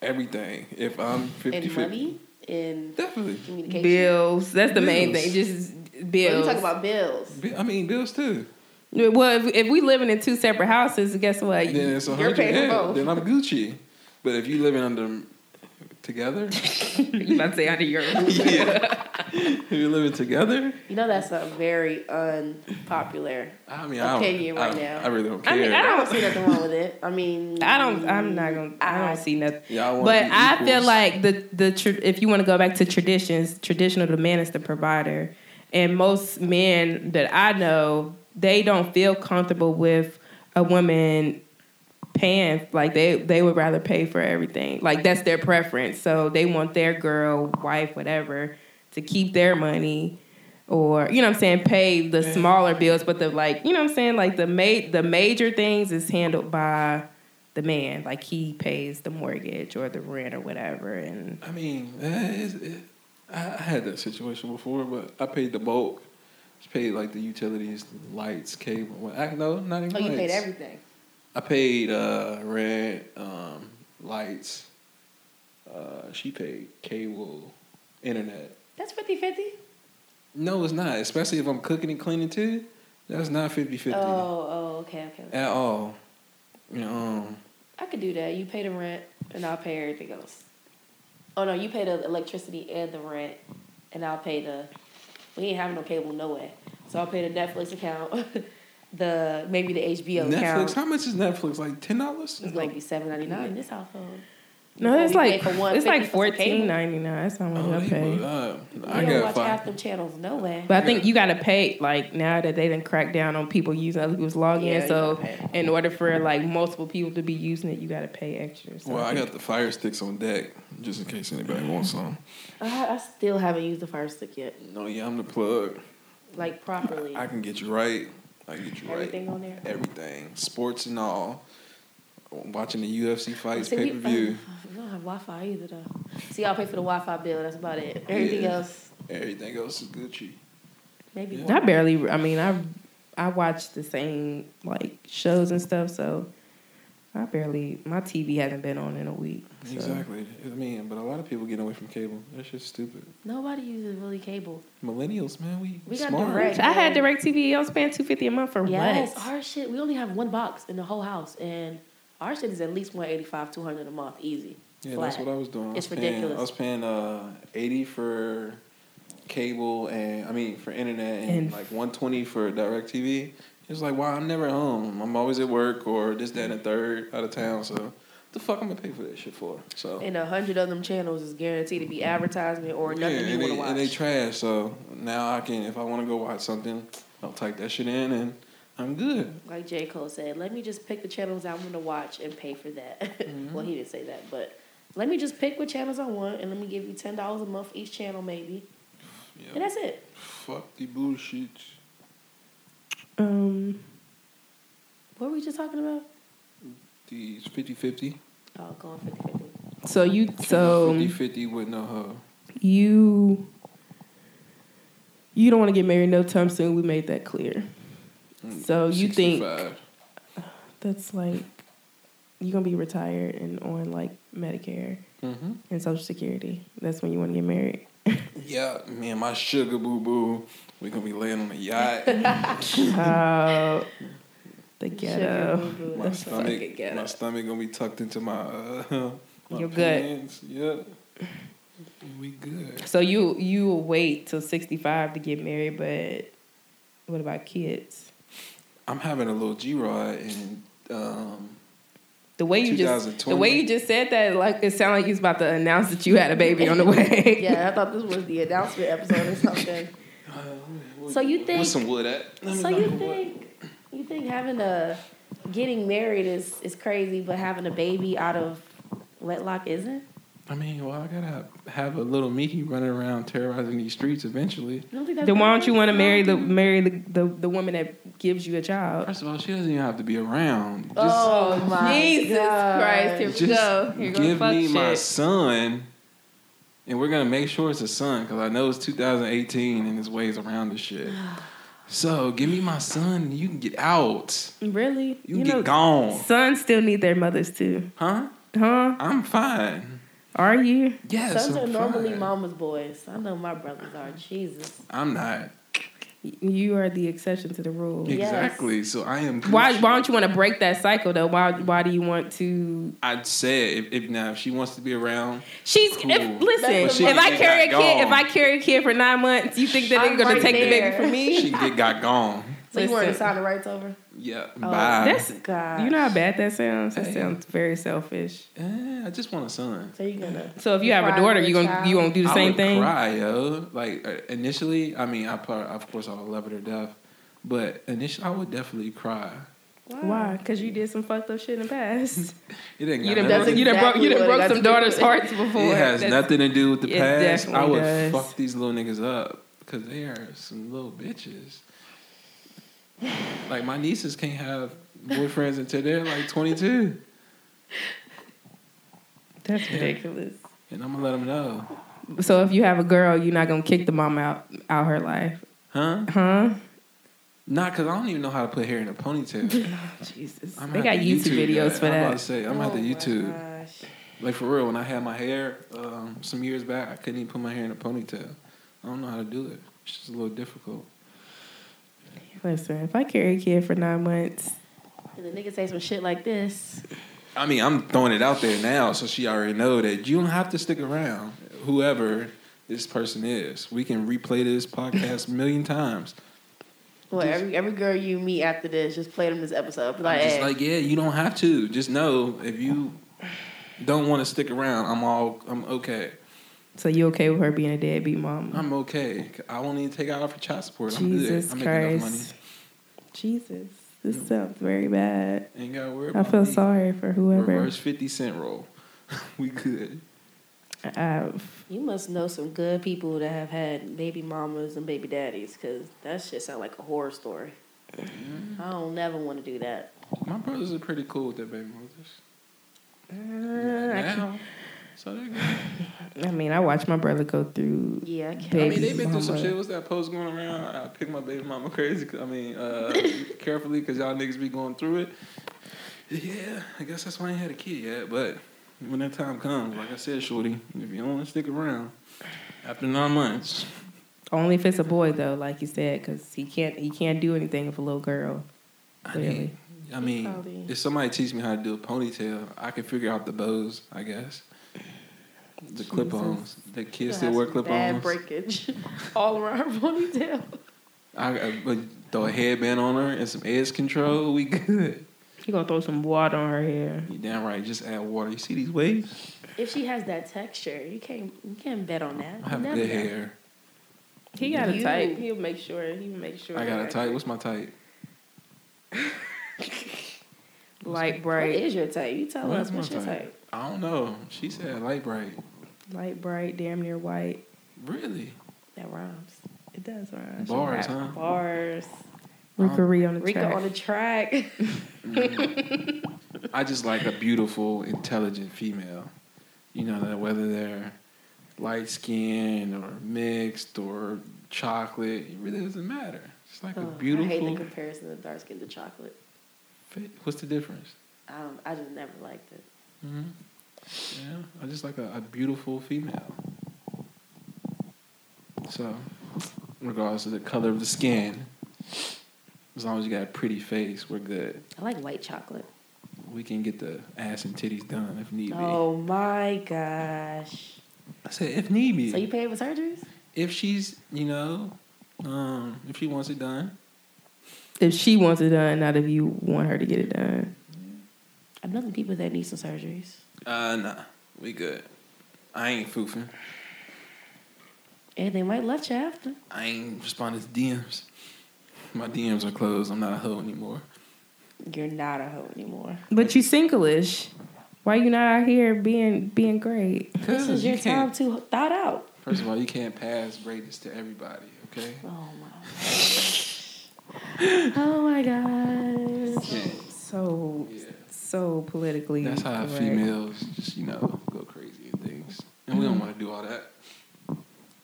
Speaker 6: Everything. If I'm 50-50.
Speaker 5: And money? And
Speaker 6: Definitely.
Speaker 5: communication?
Speaker 4: bills. That's the main
Speaker 6: Bills.
Speaker 4: thing. Just
Speaker 5: Oh, you
Speaker 4: bills.
Speaker 5: talking about bills.
Speaker 6: Bi- I mean, bills too.
Speaker 4: well, if, if we living in two separate houses, guess what?
Speaker 6: Then it's a
Speaker 5: You're
Speaker 6: hundred.
Speaker 5: paying for
Speaker 6: Yeah,
Speaker 5: both.
Speaker 6: then I'm Gucci. But if you living under together,
Speaker 4: you about to say under your roof.
Speaker 6: yeah. if you living together,
Speaker 5: You know, that's a very unpopular.
Speaker 6: I mean, I don't-
Speaker 5: Opinion right
Speaker 6: I,
Speaker 5: now.
Speaker 6: I really don't care.
Speaker 4: I mean,
Speaker 5: I don't see nothing wrong with it. I mean,
Speaker 4: I don't. I'm not gonna. I
Speaker 5: I-
Speaker 4: don't see nothing.
Speaker 6: Y'all wanna
Speaker 4: but
Speaker 6: be
Speaker 4: I feel
Speaker 6: equals.
Speaker 4: like the the tr- if you want to go back to traditions, traditional the man is the provider, and most men that I know they don't feel comfortable with a woman paying like they they would rather pay for everything like that's their preference so they want their girl wife whatever to keep their money or you know what i'm saying pay the smaller bills but the like you know what i'm saying like the ma- the major things is handled by the man like he pays the mortgage or the rent or whatever and
Speaker 6: I mean, eh, it's- it- I I had that situation before, but I paid the bulk. Just paid like the utilities, lights, cable. Well, I, no, not even.
Speaker 5: Oh, you paid
Speaker 6: lights.
Speaker 5: everything.
Speaker 6: I paid uh, rent, um, lights. Uh, she paid cable, internet.
Speaker 5: That's 50 50?
Speaker 6: No, it's not. Especially if I'm cooking and cleaning too. That's not 50
Speaker 5: Oh,
Speaker 6: 50
Speaker 5: oh, okay, okay. okay.
Speaker 6: at all. You know, um,
Speaker 5: I could do that. You pay the rent, and I'll pay everything else. Oh no, you pay the electricity and the rent, and I'll pay the. We ain't having no cable no way, so I'll pay the Netflix account, the maybe the HBO
Speaker 6: Netflix.
Speaker 5: account.
Speaker 6: How much is Netflix? Like ten dollars?
Speaker 5: It's gonna be seven ninety nine in this household.
Speaker 4: No,
Speaker 5: Well,
Speaker 4: it's
Speaker 5: we pay
Speaker 4: like
Speaker 5: for one
Speaker 4: it's like
Speaker 5: fifty for
Speaker 4: fourteen
Speaker 5: cable.
Speaker 4: ninety nine. That's not
Speaker 6: Oh,
Speaker 4: much I
Speaker 6: they
Speaker 4: pay.
Speaker 6: blew up. I
Speaker 5: You don't
Speaker 6: got
Speaker 5: watch half
Speaker 6: five.
Speaker 5: them channels, no way.
Speaker 4: But I think you gotta pay like now that they done crack down on people using other people's login.
Speaker 5: Yeah, you
Speaker 4: so
Speaker 5: gotta pay.
Speaker 4: in order for like multiple people to be using it, you gotta pay extra. So
Speaker 6: Well, I
Speaker 4: think-
Speaker 6: got the fire sticks on deck just in case anybody wants some.
Speaker 5: I, I still haven't used the fire stick yet,
Speaker 6: No, yeah, I'm the plug.
Speaker 5: like properly.
Speaker 6: I can get you right. I can get you
Speaker 5: Everything
Speaker 6: right.
Speaker 5: on there.
Speaker 6: Everything, sports and all. Watching the UFC fights,
Speaker 5: See, we-
Speaker 6: pay per view,
Speaker 5: uh, we don't have Wi Fi either though. See, I'll pay for the Wi Fi bill. That's about it. Everything
Speaker 6: Yeah.
Speaker 5: else,
Speaker 6: everything else is Gucci.
Speaker 5: maybe.
Speaker 6: Yeah.
Speaker 5: more.
Speaker 4: I barely. I mean, I I watch the same like shows and stuff. So I barely. My TV hasn't been on in a week. so.
Speaker 6: Exactly. I mean, but a lot of people get away from cable. That's just stupid.
Speaker 5: Nobody uses really cable.
Speaker 6: Millennials, man, we,
Speaker 5: We got
Speaker 6: smart.
Speaker 5: direct.
Speaker 4: I had direct TV. I was paying two fifty a month for
Speaker 5: Yes,
Speaker 4: what?
Speaker 5: our shit. We only have one box in the whole house, and our shit is at least one eighty five, two hundred a month, easy.
Speaker 6: Yeah,
Speaker 5: Flat.
Speaker 6: that's what I was doing. I
Speaker 5: It's
Speaker 6: was paying,
Speaker 5: ridiculous.
Speaker 6: I was paying uh, eighty for cable and I mean for internet and,
Speaker 4: And-
Speaker 6: like one twenty for direct TV. It's like, wow, I'm never home. I'm always at work or this, that, and the third out of town. So, the fuck I'm gonna pay for that shit for? So
Speaker 5: And a hundred of them channels is guaranteed to be advertisement or nothing
Speaker 6: yeah,
Speaker 5: you
Speaker 6: and,
Speaker 5: want
Speaker 6: they,
Speaker 5: to watch.
Speaker 6: and they trash. So now I can, if I want to go watch something, I'll type that shit in and I'm good.
Speaker 5: like J. Cole said, let me just pick the channels I want to watch and pay for that. well, he didn't say that, but let me just pick what channels I want and let me give you $10 a month each channel, maybe. And that's it.
Speaker 6: Fuck the bullshit.
Speaker 4: Um,
Speaker 5: What were we just talking about?
Speaker 6: These 50 50.
Speaker 5: Oh, going 50 50.
Speaker 4: so you so
Speaker 5: Um,
Speaker 6: 50 50 with no hug.
Speaker 4: you you don't want to get married no time soon. We made that clear. So
Speaker 6: Mm,
Speaker 4: you think
Speaker 6: 65.
Speaker 4: that's like you're gonna be retired and on like Medicare
Speaker 6: Mhm.
Speaker 4: and Social Security. That's when you want to get married.
Speaker 6: Yeah, me and my sugar boo boo, we gonna be laying on a yacht.
Speaker 4: How the ghetto.
Speaker 6: My
Speaker 4: That's fucking
Speaker 6: stomach,
Speaker 4: ghetto.
Speaker 6: my stomach gonna be tucked into my. Uh, my
Speaker 4: Your gut.
Speaker 6: pants. Yeah, we good.
Speaker 4: So you you will wait till sixty five to get married, but what about kids?
Speaker 6: I'm having a little G rod and um,
Speaker 4: The way you just
Speaker 6: 2020.
Speaker 4: the way you just said that, like it sounded like you was about to announce that you had a baby on the way.
Speaker 5: Yeah, I thought this was the announcement episode or something. So you think-
Speaker 6: what's some wood at? Let me
Speaker 5: So
Speaker 6: knock
Speaker 5: you
Speaker 6: on wood.
Speaker 5: think you think having a getting married is is crazy, but having a baby out of wedlock isn't?
Speaker 6: I mean, well, I gotta have a little Mickey running around terrorizing these streets eventually.
Speaker 5: You don't think that's
Speaker 4: Then why don't you
Speaker 5: crazy?
Speaker 4: want to marry the marry the, the the woman that gives you a child?
Speaker 6: First of all, she doesn't even have to be around. Just,
Speaker 5: Oh my
Speaker 4: Jesus
Speaker 5: God.
Speaker 4: Christ! Here we
Speaker 6: Just
Speaker 4: go. Here go
Speaker 6: give
Speaker 4: fuck
Speaker 6: me
Speaker 4: shit.
Speaker 6: my son, and we're gonna make sure it's a son because I know it's 2018 and there's ways around this shit. So give me my son, and you can get out.
Speaker 4: Really?
Speaker 6: You, can get gone,
Speaker 4: Sons still need their mothers too,
Speaker 6: huh?
Speaker 4: huh?
Speaker 6: I'm fine.
Speaker 4: Are you?
Speaker 6: Yes,
Speaker 5: Sons
Speaker 6: I'm
Speaker 5: are normally
Speaker 6: fine.
Speaker 5: mama's boys. I know my brothers are. Jesus.
Speaker 6: I'm not
Speaker 4: You are the exception to the rule.
Speaker 5: Yes.
Speaker 6: exactly. So I am.
Speaker 4: Why?
Speaker 6: Gucci.
Speaker 4: Why don't you want to break that cycle though? Why? Why do you want to?
Speaker 6: I'd say if, if now if she wants to be around,
Speaker 4: She's
Speaker 6: Cool.
Speaker 4: if, listen.
Speaker 6: But she
Speaker 4: if I
Speaker 6: ain't
Speaker 4: carry a kid,
Speaker 6: got gone.
Speaker 4: if I carry a kid for nine months, you think that
Speaker 5: I'm
Speaker 4: they're gonna
Speaker 5: right
Speaker 4: take the
Speaker 5: there.
Speaker 4: baby from me?
Speaker 6: she can get got gone.
Speaker 5: So you weren't
Speaker 4: Listen.
Speaker 5: sign the rights over?
Speaker 6: Yeah,
Speaker 5: Oh,
Speaker 6: bye.
Speaker 4: That's
Speaker 5: God.
Speaker 4: you know how bad that sounds. That
Speaker 6: Hey.
Speaker 4: sounds very selfish.
Speaker 6: Eh, I just want a son.
Speaker 5: So you're gonna.
Speaker 4: So if you have
Speaker 5: Cry
Speaker 4: a daughter,
Speaker 5: with a
Speaker 4: you gonna
Speaker 5: child.
Speaker 4: you gonna do the
Speaker 6: I
Speaker 4: same
Speaker 6: would
Speaker 4: thing?
Speaker 6: Cry, yo. Like uh, initially, I mean, I probably, of course I would love her to death, but initially I would definitely cry.
Speaker 4: Why? Because you did some fucked up shit in the past.
Speaker 6: It ain't
Speaker 4: you
Speaker 6: got
Speaker 4: done broke,
Speaker 5: That's
Speaker 6: nothing.
Speaker 4: you done broke, you done
Speaker 5: exactly what
Speaker 4: broke some
Speaker 5: it got to do
Speaker 4: daughters'
Speaker 5: with it.
Speaker 4: hearts before.
Speaker 6: it has
Speaker 4: That's-
Speaker 6: nothing to do with the
Speaker 4: It
Speaker 6: past. I
Speaker 4: definitely
Speaker 6: would
Speaker 4: does.
Speaker 6: fuck these little niggas up because they are some little bitches. like my nieces can't have boyfriends until they're like twenty two,
Speaker 4: That's ridiculous.
Speaker 6: and I'm gonna let them know,
Speaker 4: So if you have a girl, you're not gonna kick the mom out out her life,
Speaker 6: huh?
Speaker 4: huh?
Speaker 6: Not because I don't even know how to put hair in a ponytail.
Speaker 4: Jesus,
Speaker 6: I'm
Speaker 4: they
Speaker 6: gonna
Speaker 4: got
Speaker 6: have to
Speaker 4: YouTube, videos for
Speaker 6: I'm about to
Speaker 4: that.
Speaker 6: say, I'm gonna have to
Speaker 5: Oh my
Speaker 6: YouTube.
Speaker 5: gosh.
Speaker 6: Like for real, when I had my hair um, some years back, I couldn't even put my hair in a ponytail. I don't know how to do it. It's just a little difficult.
Speaker 4: Listen, if I carry a kid for nine months,
Speaker 5: And the nigga say some shit like this.
Speaker 6: I mean, I'm throwing it out there now, so she already know that you don't have to stick around. Whoever this person is, we can replay this podcast a million times.
Speaker 5: Well, every every girl you meet after this, just play them this episode. Be
Speaker 6: I'm
Speaker 5: like,
Speaker 6: just
Speaker 5: hey,
Speaker 6: like, yeah, you don't have to. Just know if you don't want to stick around, I'm all I'm okay.
Speaker 4: So you okay with her being a deadbeat mom?
Speaker 6: I'm okay. I won't even take out for child support.
Speaker 4: Jesus
Speaker 6: I'm good. I'm making
Speaker 4: Christ. Jesus. This sounds very bad.
Speaker 6: money. Ain't gotta worry
Speaker 4: I
Speaker 6: about
Speaker 4: feel
Speaker 6: me.
Speaker 4: sorry for whoever.
Speaker 6: Reverse fifty cent roll. we good.
Speaker 4: I,
Speaker 5: You must know some good people that have had baby mamas and baby daddies, cause that shit sound like a horror story. I don't never want to do that.
Speaker 6: My brothers are pretty cool with their baby mothers.
Speaker 4: I can't-
Speaker 6: now. So they're good.
Speaker 4: I mean, I watched my brother go through.
Speaker 5: Yeah, I can't.
Speaker 6: I
Speaker 4: Baby
Speaker 6: mean, they've been through some
Speaker 4: mama.
Speaker 6: shit. What's that post going around? I pick my baby mama crazy. 'cause- I mean, uh, carefully, because y'all niggas be going through it. Yeah, I guess that's why I ain't had a kid yet. But when that time comes, like I said, Shorty, if you don't want to stick around after nine months,
Speaker 4: Only if it's a boy though, like you said, because he can't he can't do anything with a little girl.
Speaker 6: I
Speaker 4: Clearly.
Speaker 6: mean, I mean,
Speaker 5: probably-
Speaker 6: if somebody teach me how to do a ponytail, I can figure out the bows, I guess. The clip ons. The
Speaker 5: You
Speaker 6: kids
Speaker 5: have
Speaker 6: still wear
Speaker 5: some
Speaker 6: clip
Speaker 5: Bad
Speaker 6: ons.
Speaker 5: breakage all around her ponytail.
Speaker 6: I, I but throw a headband on her and some edge control. We good.
Speaker 4: He gonna throw some water on her hair.
Speaker 6: You damn right. Just add water. You see these waves?
Speaker 5: If she has that texture, you can't you can't bet on that.
Speaker 6: I have
Speaker 5: Never
Speaker 6: good
Speaker 5: know.
Speaker 6: hair.
Speaker 4: He got a
Speaker 5: You.
Speaker 4: type. He'll make sure. He'll make sure.
Speaker 6: I got a tight. What's my tight?
Speaker 4: Light
Speaker 5: What
Speaker 4: bright,
Speaker 5: is your type? You tell
Speaker 6: What
Speaker 5: us
Speaker 6: is my
Speaker 5: what's your
Speaker 6: type?
Speaker 5: type.
Speaker 6: I don't know. She said light bright.
Speaker 4: light bright, damn near white.
Speaker 6: Really?
Speaker 5: That rhymes.
Speaker 4: It does rhyme. She
Speaker 6: Bars,
Speaker 4: rap.
Speaker 6: huh?
Speaker 5: Bars.
Speaker 6: Um,
Speaker 4: We could read on the
Speaker 5: Rico
Speaker 4: track.
Speaker 5: on the track.
Speaker 6: I just like a beautiful, intelligent female. You know that whether they're light skinned or mixed or chocolate, it really doesn't matter. It's like
Speaker 5: Oh, I
Speaker 6: a
Speaker 5: hate the
Speaker 6: beautiful.
Speaker 5: comparison of dark skin to chocolate.
Speaker 6: fit. What's the difference?
Speaker 5: Um, I just never liked it.
Speaker 6: hmm Yeah, I just like a, a beautiful female. So, regardless of the color of the skin, as long as you got a pretty face, we're good.
Speaker 5: I like white chocolate.
Speaker 6: We can get the ass and titties done if need be.
Speaker 5: Oh my gosh.
Speaker 6: I said if need be.
Speaker 5: So you paid for surgeries?
Speaker 6: if she's you know um if she wants it done
Speaker 4: if she wants it done, not if you want her to get it done.
Speaker 5: I know the people that need some surgeries.
Speaker 6: uh nah we good i ain't foofing
Speaker 5: And they might left you after.
Speaker 6: i ain't responding to dms my dms are closed i'm not a hoe anymore
Speaker 5: You're not a hoe anymore.
Speaker 4: But you singlish. Why you not out here being being great?
Speaker 5: This is
Speaker 6: you
Speaker 5: your time
Speaker 6: can't-
Speaker 5: to thought out.
Speaker 6: first of all you can't pass greatness to everybody okay
Speaker 5: Oh my. oh my gosh.
Speaker 6: yeah,
Speaker 4: So
Speaker 6: yeah.
Speaker 4: so politically.
Speaker 6: that's how
Speaker 4: correct.
Speaker 6: females just you know go crazy and things and we don't want to do all that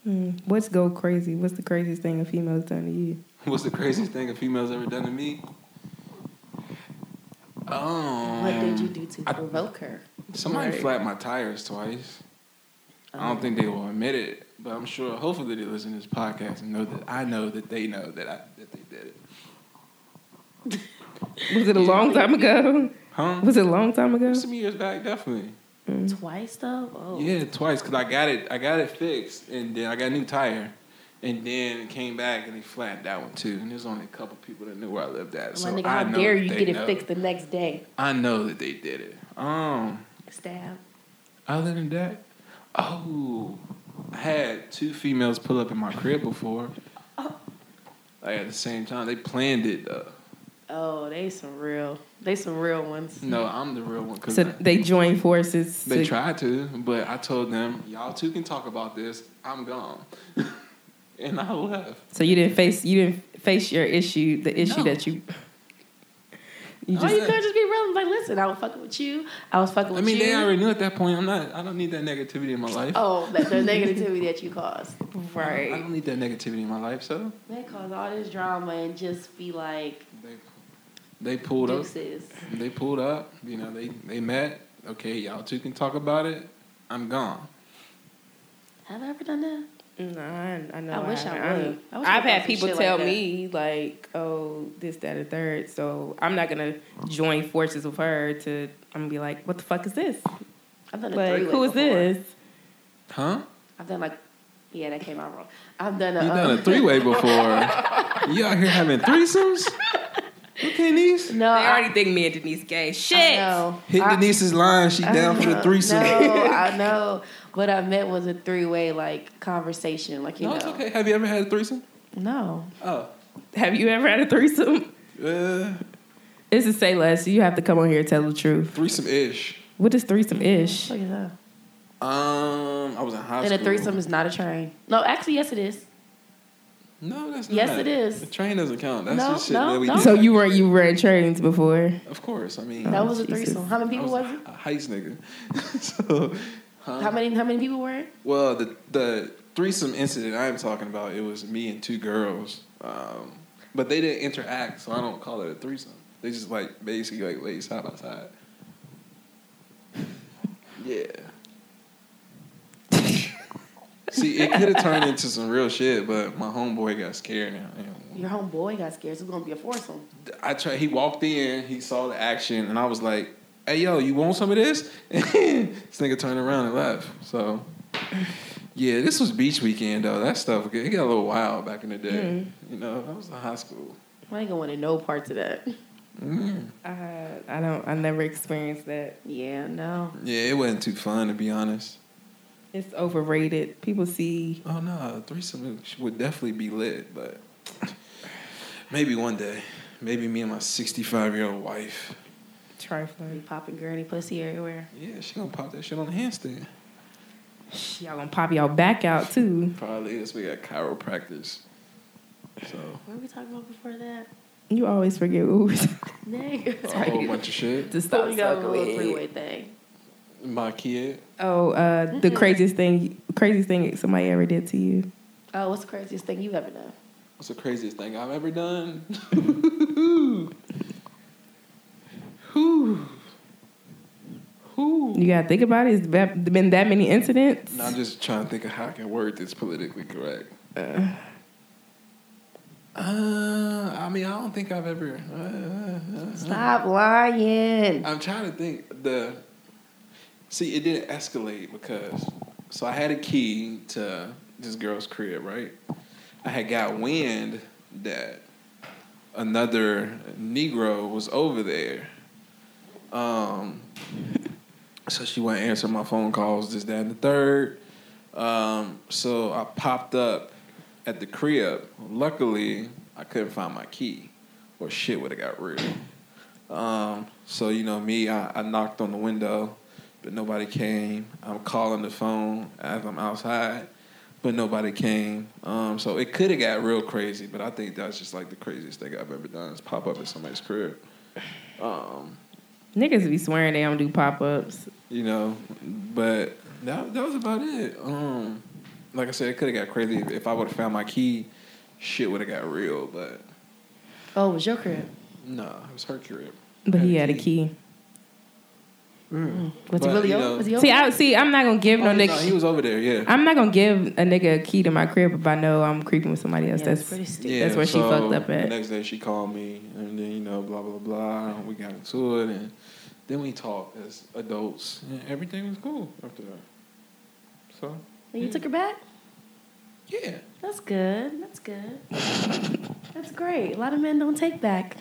Speaker 4: Mm. What's go crazy? What's the craziest thing a female's done to you?
Speaker 6: what's the craziest thing a female's ever done to me oh
Speaker 5: What did you do to
Speaker 6: I-
Speaker 5: provoke her?
Speaker 6: Somebody
Speaker 4: Right.
Speaker 6: flapped my tires twice. I don't think they will admit it, but I'm sure. Hopefully, they listen to this podcast and know that I know that they know that I that they did it.
Speaker 4: Was it a long time ago?
Speaker 6: Huh?
Speaker 4: Was it a long time ago?
Speaker 6: Some years back, definitely.
Speaker 5: Mm-hmm. Twice though? Oh.
Speaker 6: Yeah, twice. Cause I got it. I got it fixed, and then I got a new tire, and then it came back and they flattened that one too. And there's only a couple people that knew where I lived at, so
Speaker 5: My nigga,
Speaker 6: I
Speaker 5: how
Speaker 6: know
Speaker 5: dare
Speaker 6: that
Speaker 5: you
Speaker 6: they
Speaker 5: get it
Speaker 6: know.
Speaker 5: fixed the next day?
Speaker 6: I know that they did it. Um.
Speaker 5: Stab.
Speaker 6: Other than that, oh, I had two females pull up in my crib before. Like at the same time, they planned it. Uh,
Speaker 5: Oh, they some real. They some real ones.
Speaker 6: no, I'm the real one because
Speaker 4: So they joined forces.
Speaker 6: they
Speaker 4: to-
Speaker 6: tried to, but I told them, y'all two can talk about this. I'm gone, and I left.
Speaker 4: So you didn't face you didn't face your issue, the issue
Speaker 6: No.
Speaker 4: that you you
Speaker 5: oh,
Speaker 4: just
Speaker 5: you could just be real. Like, listen, I was fucking with you. I was fucking
Speaker 6: I
Speaker 5: with
Speaker 6: mean,
Speaker 5: you.
Speaker 6: they already knew at that point. I'm not. I don't need that negativity in my life.
Speaker 5: oh, that the negativity that you caused.
Speaker 6: I don't need that negativity in my life. So
Speaker 5: They cause all this drama and just be like,
Speaker 6: they they pulled up.
Speaker 5: deuces.
Speaker 6: They pulled up, you know, they, they met. Okay, y'all two can talk about it. I'm gone.
Speaker 5: Have I ever done that?
Speaker 4: No, I, I know.
Speaker 5: I wish I
Speaker 4: haven't.
Speaker 5: would. I wish I
Speaker 4: I've
Speaker 5: thought
Speaker 4: had
Speaker 5: some
Speaker 4: people
Speaker 5: shit
Speaker 4: tell
Speaker 5: like that.
Speaker 4: me like, "Oh, this, that, or third. So I'm not gonna join forces with her to. I'm gonna be like, "What the fuck is this?
Speaker 5: I've done a
Speaker 4: Like,
Speaker 5: three-way
Speaker 4: who is
Speaker 5: before.
Speaker 4: this?
Speaker 6: Huh?
Speaker 5: I've done like, yeah, that came out wrong. I've done a,
Speaker 6: You done
Speaker 5: um,
Speaker 6: a three way before. you out here having threesomes? Look at Denise.
Speaker 5: No,
Speaker 7: They
Speaker 5: I-
Speaker 7: already think me and Denise gay.
Speaker 5: I
Speaker 7: Shit.
Speaker 5: know.
Speaker 6: Hit
Speaker 5: I- Uh,
Speaker 6: Denise's line. She down for the threesome.
Speaker 5: No, I know. What I meant was a three way like conversation. Like you
Speaker 6: No,
Speaker 5: know.
Speaker 6: it's okay. Have you ever had a threesome?
Speaker 5: No.
Speaker 6: Oh.
Speaker 4: Have you ever had a threesome?
Speaker 6: Uh,
Speaker 4: This is say less. You have to come on here and tell the truth.
Speaker 6: threesome ish.
Speaker 4: What is threesome ish?
Speaker 5: Look at that.
Speaker 6: Um, I was in high
Speaker 5: And
Speaker 6: school.
Speaker 5: a threesome is not a train. No, actually, yes, it is.
Speaker 6: No, that's not.
Speaker 5: Yes, it is.
Speaker 6: The train doesn't count. That's
Speaker 5: No,
Speaker 6: just shit
Speaker 5: no,
Speaker 6: that we
Speaker 5: no.
Speaker 6: do.
Speaker 4: So you were you were in trains before.
Speaker 6: Of course. I mean,
Speaker 5: That was a
Speaker 4: Jesus.
Speaker 5: threesome. How many people
Speaker 6: I
Speaker 5: was,
Speaker 6: was
Speaker 5: it?
Speaker 6: a heist nigga. so, huh?
Speaker 5: How many? How many people were it?
Speaker 6: Well, the the threesome incident I'm talking about, it was me and two girls, um, but they didn't interact, so I don't call it a threesome. They just like basically like lay side by side. Yeah. See, it could have turned into some real shit, but my homeboy got scared now.
Speaker 5: Your homeboy got scared. So it's gonna be a foursome.
Speaker 6: I tried. He walked in. He saw the action, and I was like, "Hey, yo, you want some of this?" this nigga turned around and left. So, yeah, this was beach weekend though. That stuff it got a little wild back in the day. You know, I was in high school.
Speaker 5: I ain't gonna want to know parts of that.
Speaker 6: Mm.
Speaker 4: I, I don't. I never experienced that.
Speaker 5: Yeah, no.
Speaker 6: Yeah, it wasn't too fun to be honest.
Speaker 4: It's overrated. People see.
Speaker 6: Oh no, threesome would definitely be lit, but maybe one day, maybe me and my sixty-five-year-old wife.
Speaker 5: Be
Speaker 4: Trifling.
Speaker 5: popping granny pussy everywhere.
Speaker 6: Yeah, she gonna pop that shit on the handstand.
Speaker 4: Y'all gonna pop y'all back out too.
Speaker 6: Probably this week at chiropractors. So.
Speaker 5: What were we talking about before that?
Speaker 4: You always forget what we
Speaker 5: Nigga.
Speaker 6: a whole bunch of shit.
Speaker 4: to
Speaker 5: So
Speaker 4: stop
Speaker 5: we got a little three
Speaker 4: circling.
Speaker 5: way thing.
Speaker 6: My kid,
Speaker 4: Oh, uh, the craziest thing, craziest thing somebody ever did to you.
Speaker 5: Oh, what's the craziest thing you've ever done?
Speaker 6: what's the craziest thing I've ever done? Whew. Whew.
Speaker 4: You gotta think about it. It's that- been that many incidents.
Speaker 6: No, I'm just trying to think of how I can word this politically correct. Uh, I mean, I don't think I've ever. uh, uh, uh.
Speaker 5: Stop lying.
Speaker 6: I'm trying to think the see it didn't escalate because so I had a key to this girl's crib, right? I had got wind that another Negro was over there. Um so she wouldn't answer my phone calls, this, that, and the third. Um, so I popped up at the crib. Luckily, I couldn't find my key, or shit would have got real. Um, so you know me, I, I knocked on the window, but nobody came. I'm calling the phone as I'm outside, but nobody came. Um, so it could have got real crazy, but I think that's just like the craziest thing I've ever done is pop up at somebody's crib. Um,
Speaker 4: Niggas be swearing they don't do pop ups.
Speaker 6: you know, but that that was about it. Um, like I said, it could have got crazy if, if I would have found my key. Shit would have got real, but
Speaker 5: Oh, it was your crib.
Speaker 6: no, it was her crib.
Speaker 4: But he had a key.
Speaker 5: Was
Speaker 6: But,
Speaker 5: he really
Speaker 6: you
Speaker 5: over?
Speaker 6: know-
Speaker 5: was he over?
Speaker 4: See, I see. I'm not gonna give
Speaker 6: Oh,
Speaker 4: no
Speaker 6: no, he
Speaker 4: nigga.
Speaker 6: was over there. Yeah.
Speaker 4: I'm not gonna give a nigga a key to my crib if I know I'm creeping with somebody else.
Speaker 5: Yeah,
Speaker 4: that's
Speaker 5: it's pretty stupid.
Speaker 6: Yeah,
Speaker 4: That's where she
Speaker 6: so
Speaker 4: fucked up at.
Speaker 6: The next day she called me, and then you know, blah blah blah. We got into it, and then we talked as adults, and everything was cool after that. So
Speaker 5: And you took her back?
Speaker 6: yeah,
Speaker 5: That's good. That's good. That's great. A lot of men don't take back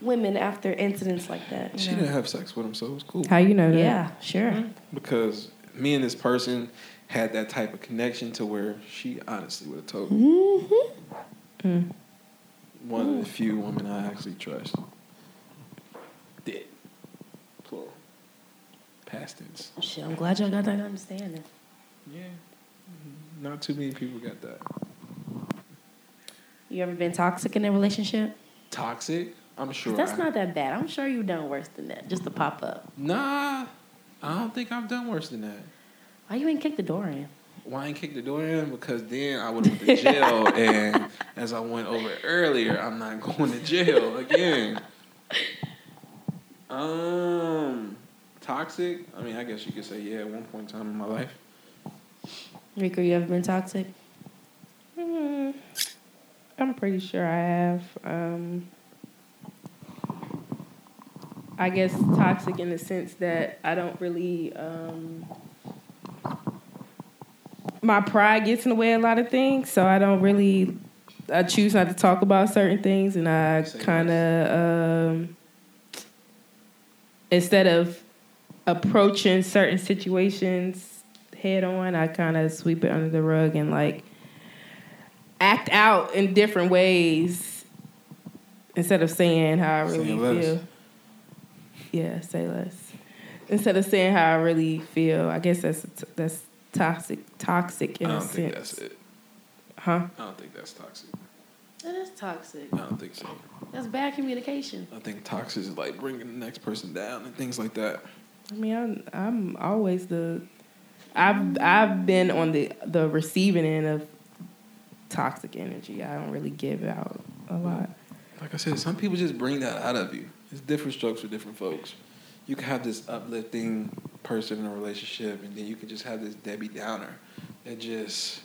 Speaker 5: women after incidents like that.
Speaker 6: she
Speaker 5: you know?
Speaker 6: didn't have sex with him, so it was cool
Speaker 4: how you know that.
Speaker 5: Yeah, sure.
Speaker 6: because me and this person had that type of connection to where she honestly would have told me.
Speaker 5: Mm-hmm.
Speaker 6: One of the few women I actually trust. Did plural past tense.
Speaker 5: Shit, I'm glad y'all got that understanding.
Speaker 6: Yeah, Mm-hmm. not too many people got that.
Speaker 5: You ever been toxic in a relationship?
Speaker 6: Toxic. I'm
Speaker 5: 'Cause
Speaker 6: sure.
Speaker 5: That's
Speaker 6: I-
Speaker 5: not that bad. I'm sure you've done worse than that, just to pop up.
Speaker 6: Nah, I don't think I've done worse than that.
Speaker 5: Why you ain't kick the door in?
Speaker 6: Why I didn't kick the door in? Because then I would have went to jail, and as I went over earlier, I'm not going to jail again. Um, toxic. I mean, I guess you could say yeah. At one point in time in my life,
Speaker 5: Rico, you ever been toxic?
Speaker 4: Hmm. I'm pretty sure I have. Um, I guess toxic in the sense that I don't really. Um, my pride gets in the way of a lot of things, so I don't really I choose not to talk about certain things, and I kind of um, instead of approaching certain situations head on, I kind of sweep it under the rug and like act out in different ways instead of saying how I really
Speaker 6: Saying
Speaker 4: feel.
Speaker 6: less.
Speaker 4: Yeah, say less. Instead of saying how I really feel, I guess that's that's toxic, toxic
Speaker 6: I
Speaker 4: in a
Speaker 6: don't
Speaker 4: sense,
Speaker 6: think that's it.
Speaker 4: huh?
Speaker 6: I don't think that's toxic.
Speaker 5: That is toxic.
Speaker 6: I don't think so.
Speaker 5: That's bad communication.
Speaker 6: I think toxic is like bringing the next person down and things like that.
Speaker 4: I mean, I'm, I'm always the, I've I've been on the the receiving end of toxic energy. I don't really give out a lot.
Speaker 6: Like I said, some people just bring that out of you. It's different strokes for different folks. You can have this uplifting person in a relationship, and then you can just have this Debbie Downer that just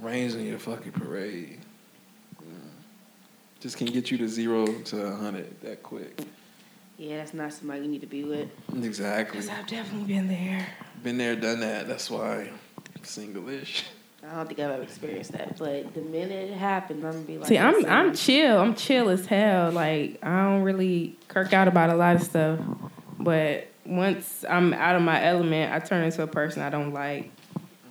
Speaker 6: rains on your fucking parade. Yeah. Just can get you to zero to a hundred that quick.
Speaker 5: Yeah, that's not somebody you need to be with.
Speaker 6: Exactly.
Speaker 4: Cause I've definitely been there.
Speaker 6: Been there, done that. That's why I'm single-ish.
Speaker 5: I don't think I've ever experienced that, but the minute it happens, I'm gonna be like,
Speaker 4: See, I'm
Speaker 5: listen,
Speaker 4: I'm chill. I'm chill as hell. Like I don't really kirk out about a lot of stuff, but once I'm out of my element, I turn into a person I don't like.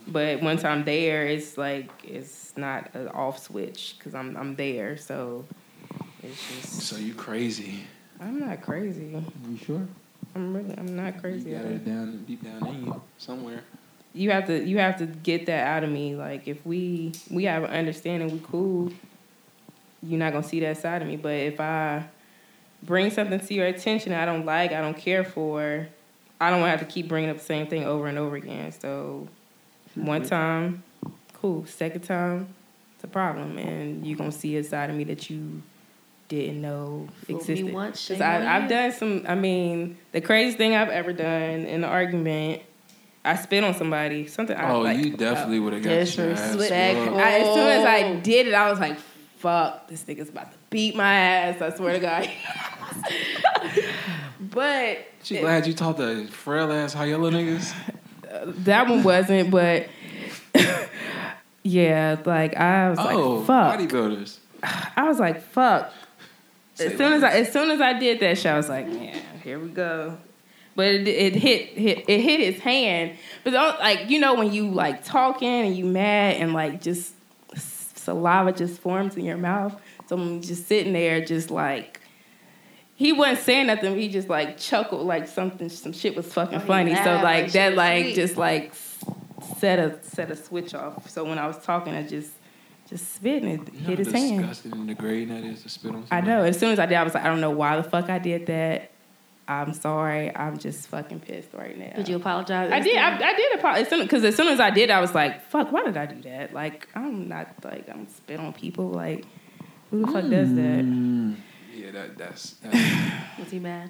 Speaker 4: But once I'm there, it's like it's not an off switch because I'm I'm there. So it's just
Speaker 6: So you crazy?
Speaker 4: I'm not crazy.
Speaker 6: You sure?
Speaker 4: I'm really I'm not crazy.
Speaker 6: You
Speaker 4: at
Speaker 6: got
Speaker 4: all.
Speaker 6: it down deep down in you somewhere.
Speaker 4: you have to you have to get that out of me. Like if we we have an understanding, we cool. You're not gonna see that side of me. But if I bring something to your attention I don't like, I don't care for, I don't want to have to keep bringing up the same thing over and over again. So one time, cool. Second time, it's a problem, and you're gonna see a side of me that you didn't know
Speaker 5: fool me
Speaker 4: existed.
Speaker 5: once,
Speaker 4: Cause
Speaker 5: shame on
Speaker 4: I, I've
Speaker 5: you.
Speaker 4: done some. I mean, the craziest thing I've ever done in an argument, I spit on somebody. Something. I,
Speaker 6: oh,
Speaker 4: like,
Speaker 6: you definitely would have got your ass
Speaker 5: Disrespectful.
Speaker 6: whooped.
Speaker 4: I, as soon as I did it, I was like, "Fuck, this nigga's about to beat my ass." I swear to God. but
Speaker 6: She glad you taught the frail ass high yellow niggas.
Speaker 4: that one wasn't. But yeah, like I was
Speaker 6: oh,
Speaker 4: like, "Fuck."
Speaker 6: bodybuilders.
Speaker 4: I was like, "Fuck."
Speaker 6: Say
Speaker 4: As soon as I,
Speaker 6: less.
Speaker 4: as soon as I did that shit, I was like, "Yeah, here we go." But it, it hit, hit it hit his hand. But the only- like you know when you like talking and you mad and like just s- saliva just forms in your mouth. So I'm just sitting there, just like he wasn't saying nothing. He just like chuckled like something, some shit was fucking
Speaker 5: Oh, he
Speaker 4: funny. So
Speaker 5: laughed,
Speaker 4: like
Speaker 5: like shit
Speaker 4: that,
Speaker 5: was
Speaker 4: like
Speaker 5: sweet.
Speaker 4: just like set a set a switch off. So when I was talking, I just just spit and it
Speaker 6: You know
Speaker 4: hit
Speaker 6: how
Speaker 4: his hand.
Speaker 6: Disgusting and degrading that is to spit on.
Speaker 4: I
Speaker 6: Somebody?
Speaker 4: know. As soon as I did, I was like, I don't know why the fuck I did that. I'm sorry. I'm just fucking pissed right now.
Speaker 5: Could you apologize?
Speaker 4: I did. I,
Speaker 5: instantly?
Speaker 4: I did apologize because as soon as I did, I was like, "Fuck! Why did I do that? Like, I'm not like I'm spit on people. Like, who the fuck does that?
Speaker 6: Mm. Yeah, that that's. that's
Speaker 5: Was he mad?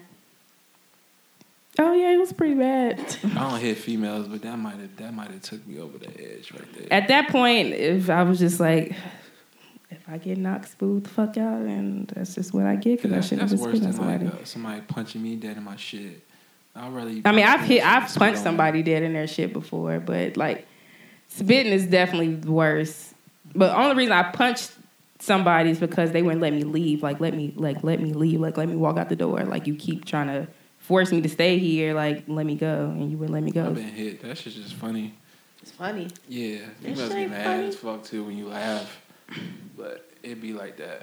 Speaker 4: Oh yeah, it was pretty bad.
Speaker 6: I don't hit females, but that might have that might have took me over the edge right there.
Speaker 4: At that point, if I was just like, if I get knocked spooed the fuck out, and that's just what I get because I
Speaker 6: That's,
Speaker 4: should have just
Speaker 6: that's worse
Speaker 4: spit on
Speaker 6: than
Speaker 4: somebody.
Speaker 6: like uh, somebody punching me dead in my shit. I'd rather. you
Speaker 4: I mean,
Speaker 6: punch
Speaker 4: I've
Speaker 6: me
Speaker 4: hit,
Speaker 6: than
Speaker 4: I've
Speaker 6: spit
Speaker 4: punched
Speaker 6: on me.
Speaker 4: somebody dead in their shit before, but like spitting is definitely worse. But only reason I punched somebody is because they wouldn't let me leave. Like let me, like let me leave. Like let me walk out the door. Like you keep trying to force me to stay here. Like let me go, and you wouldn't let me
Speaker 6: I've
Speaker 4: go.
Speaker 6: been hit. That shit's just funny.
Speaker 5: It's funny.
Speaker 6: Yeah,
Speaker 5: That
Speaker 6: you must
Speaker 5: shit
Speaker 6: be
Speaker 5: ain't
Speaker 6: mad
Speaker 5: funny.
Speaker 6: as fuck too when you laugh, but it'd be like that.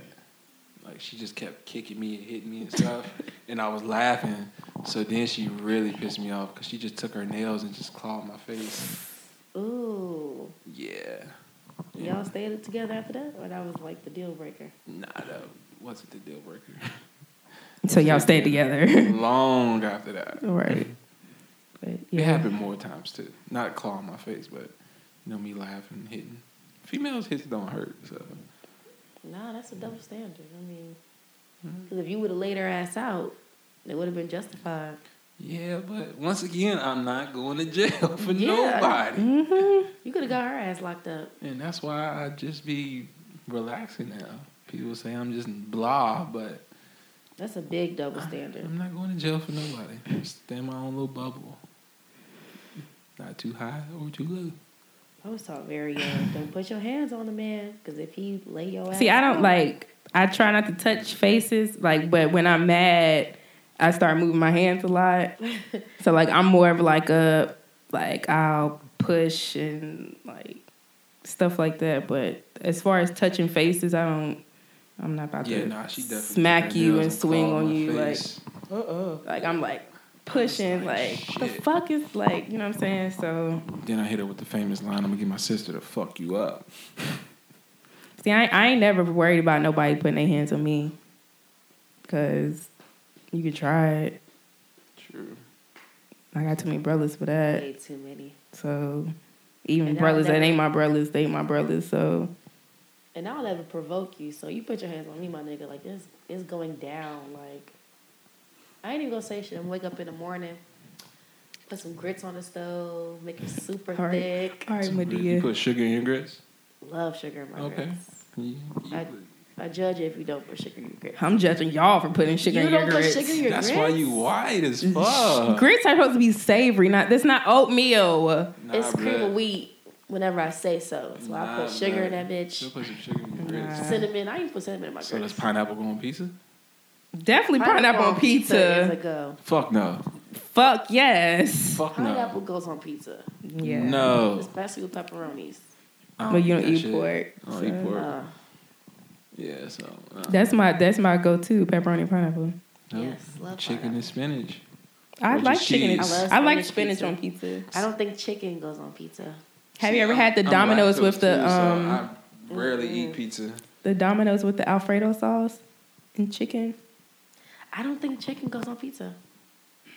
Speaker 6: Like she just kept kicking me and hitting me and stuff, and I was laughing. So then she really pissed me off because she just took her nails and just clawed my face.
Speaker 5: Ooh,
Speaker 6: Yeah,
Speaker 5: y'all stayed together after that, or that was like the deal breaker.
Speaker 6: nah, that wasn't the deal breaker.
Speaker 4: So y'all stayed together,
Speaker 6: Long after that,
Speaker 4: right? But
Speaker 6: it
Speaker 4: yeah,
Speaker 6: happened more times too. Not clawing my face, but you know me laughing, and hitting. Females hits don't hurt, so
Speaker 5: Nah, that's a double standard. I mean,
Speaker 4: Mm-hmm.
Speaker 5: because if you would have laid her ass out, it would have been justified.
Speaker 6: yeah. But once again, I'm not going to jail for
Speaker 5: Yeah.
Speaker 6: nobody.
Speaker 5: You could have got her ass locked up.
Speaker 6: And that's why I just be relaxing now. People say I'm just blah, but
Speaker 5: That's a big double
Speaker 4: Uh, mm-hmm.
Speaker 5: standard.
Speaker 6: I'm not going to jail for nobody. Stay in my own little bubble. Not too high or too low.
Speaker 5: I was taught very young. Don't put your hands on a man, because if he lay your ass
Speaker 4: See, I don't
Speaker 5: down-
Speaker 4: like. I try not to touch faces, like, but when I'm mad, I start moving my hands a lot. So like, I'm more of like a like I'll push and like stuff like that. But as far as touching faces, I don't. I'm not about
Speaker 6: Yeah,
Speaker 4: to
Speaker 6: nah, she definitely
Speaker 4: smack
Speaker 6: took
Speaker 4: you
Speaker 6: her
Speaker 4: and
Speaker 6: nails
Speaker 4: swing
Speaker 6: clawed
Speaker 4: on
Speaker 6: my
Speaker 4: you
Speaker 6: face.
Speaker 4: like like I'm like pushing like the
Speaker 6: shit.
Speaker 4: fuck is like you know what I'm saying. So
Speaker 6: Then I hit her with the famous line, "I'm gonna get my sister to fuck you up."
Speaker 4: See, I, I ain't never worried about nobody putting their hands on me. Cause you could try it.
Speaker 6: True.
Speaker 4: I got too many brothers for that.
Speaker 5: way too many.
Speaker 4: So even
Speaker 5: And I
Speaker 4: brothers that
Speaker 5: never-
Speaker 4: ain't my brothers, they my brothers. So
Speaker 5: And I'll never provoke you. So you put your hands on me, my nigga. Like it's it's going down. Like I ain't even gonna say shit. I'm wake up in the morning, put some grits on the stove, make it super
Speaker 4: All right.
Speaker 5: thick.
Speaker 4: all right,
Speaker 6: You
Speaker 4: Medea.
Speaker 6: put sugar in your grits.
Speaker 5: Love sugar in my
Speaker 6: Okay.
Speaker 5: grits.
Speaker 6: You, you
Speaker 5: I-
Speaker 6: put-
Speaker 5: I judge you if you don't put sugar in your grits.
Speaker 4: I'm judging y'all for putting sugar
Speaker 5: you
Speaker 4: in your
Speaker 5: don't
Speaker 4: grits.
Speaker 5: put sugar in your
Speaker 6: that's
Speaker 5: grits.
Speaker 6: why you white as fuck.
Speaker 4: Grits are supposed to be savory, not that's not oatmeal.
Speaker 6: Nah,
Speaker 5: It's cream
Speaker 6: bruh.
Speaker 5: of wheat. Whenever I say so, so I
Speaker 6: Nah,
Speaker 5: put sugar in that
Speaker 6: bruh.
Speaker 5: bitch.
Speaker 6: Still put some sugar in your grits.
Speaker 4: Nah.
Speaker 5: Cinnamon. I even put cinnamon in my
Speaker 6: So
Speaker 5: grits.
Speaker 6: that's pineapple going on pizza?
Speaker 4: Definitely pineapple on
Speaker 5: is a
Speaker 4: pizza.
Speaker 5: go.
Speaker 6: Fuck no.
Speaker 4: Fuck yes.
Speaker 6: Fuck
Speaker 5: Pineapple
Speaker 6: no. Oh.
Speaker 5: goes on pizza,
Speaker 4: Yeah.
Speaker 6: No.
Speaker 5: especially with pepperonis.
Speaker 6: I
Speaker 4: But you don't
Speaker 6: that
Speaker 4: eat
Speaker 6: shit.
Speaker 4: pork.
Speaker 6: I don't eat
Speaker 4: so.
Speaker 6: pork.
Speaker 5: Uh,
Speaker 6: Yeah, so. uh,
Speaker 4: That's my that's my go to pepperoni and pineapple.
Speaker 6: no.
Speaker 5: yes, love
Speaker 6: Chicken
Speaker 5: pineapple.
Speaker 6: and spinach.
Speaker 4: I
Speaker 6: Or
Speaker 4: like
Speaker 6: just
Speaker 4: chicken. And, I,
Speaker 6: cheese. I
Speaker 5: love
Speaker 4: like
Speaker 5: spinach
Speaker 4: spinach
Speaker 5: pizza.
Speaker 4: on pizza.
Speaker 5: I don't think chicken goes on pizza.
Speaker 4: Have
Speaker 6: See,
Speaker 4: you ever
Speaker 6: I'm-
Speaker 4: had the
Speaker 6: I'm
Speaker 4: Domino's
Speaker 6: lactose
Speaker 4: with the
Speaker 6: too, so
Speaker 4: um
Speaker 6: I rarely
Speaker 5: Mm.
Speaker 6: eat pizza.
Speaker 4: the Domino's with the Alfredo sauce and chicken?
Speaker 5: I don't think chicken goes on pizza.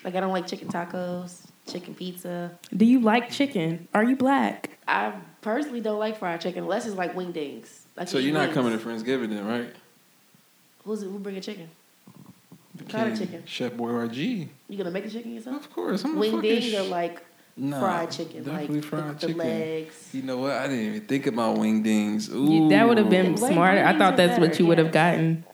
Speaker 5: Like I don't like chicken tacos, chicken pizza.
Speaker 4: Do you like chicken? Are you black?
Speaker 5: I personally don't like fried chicken unless it's like wingdings. Like
Speaker 6: So you're not coming to Friendsgiving then, right?
Speaker 5: Who's who bringing chicken?
Speaker 6: The
Speaker 5: Not a
Speaker 6: king,
Speaker 5: chicken.
Speaker 6: Chef Boyardee.
Speaker 5: You gonna make the chicken yourself?
Speaker 6: Of course. I'm a fucking
Speaker 5: Wingdings
Speaker 6: sh-
Speaker 5: are like
Speaker 6: Nah,
Speaker 5: fried chicken, like
Speaker 6: Definitely
Speaker 5: the,
Speaker 6: fried
Speaker 5: the
Speaker 6: chicken.
Speaker 5: legs.
Speaker 6: You know what? I didn't even think about wingdings.
Speaker 4: You-
Speaker 6: Ooh.
Speaker 4: that would have been
Speaker 5: Ooh.
Speaker 4: smarter. I thought that's what you would have gotten.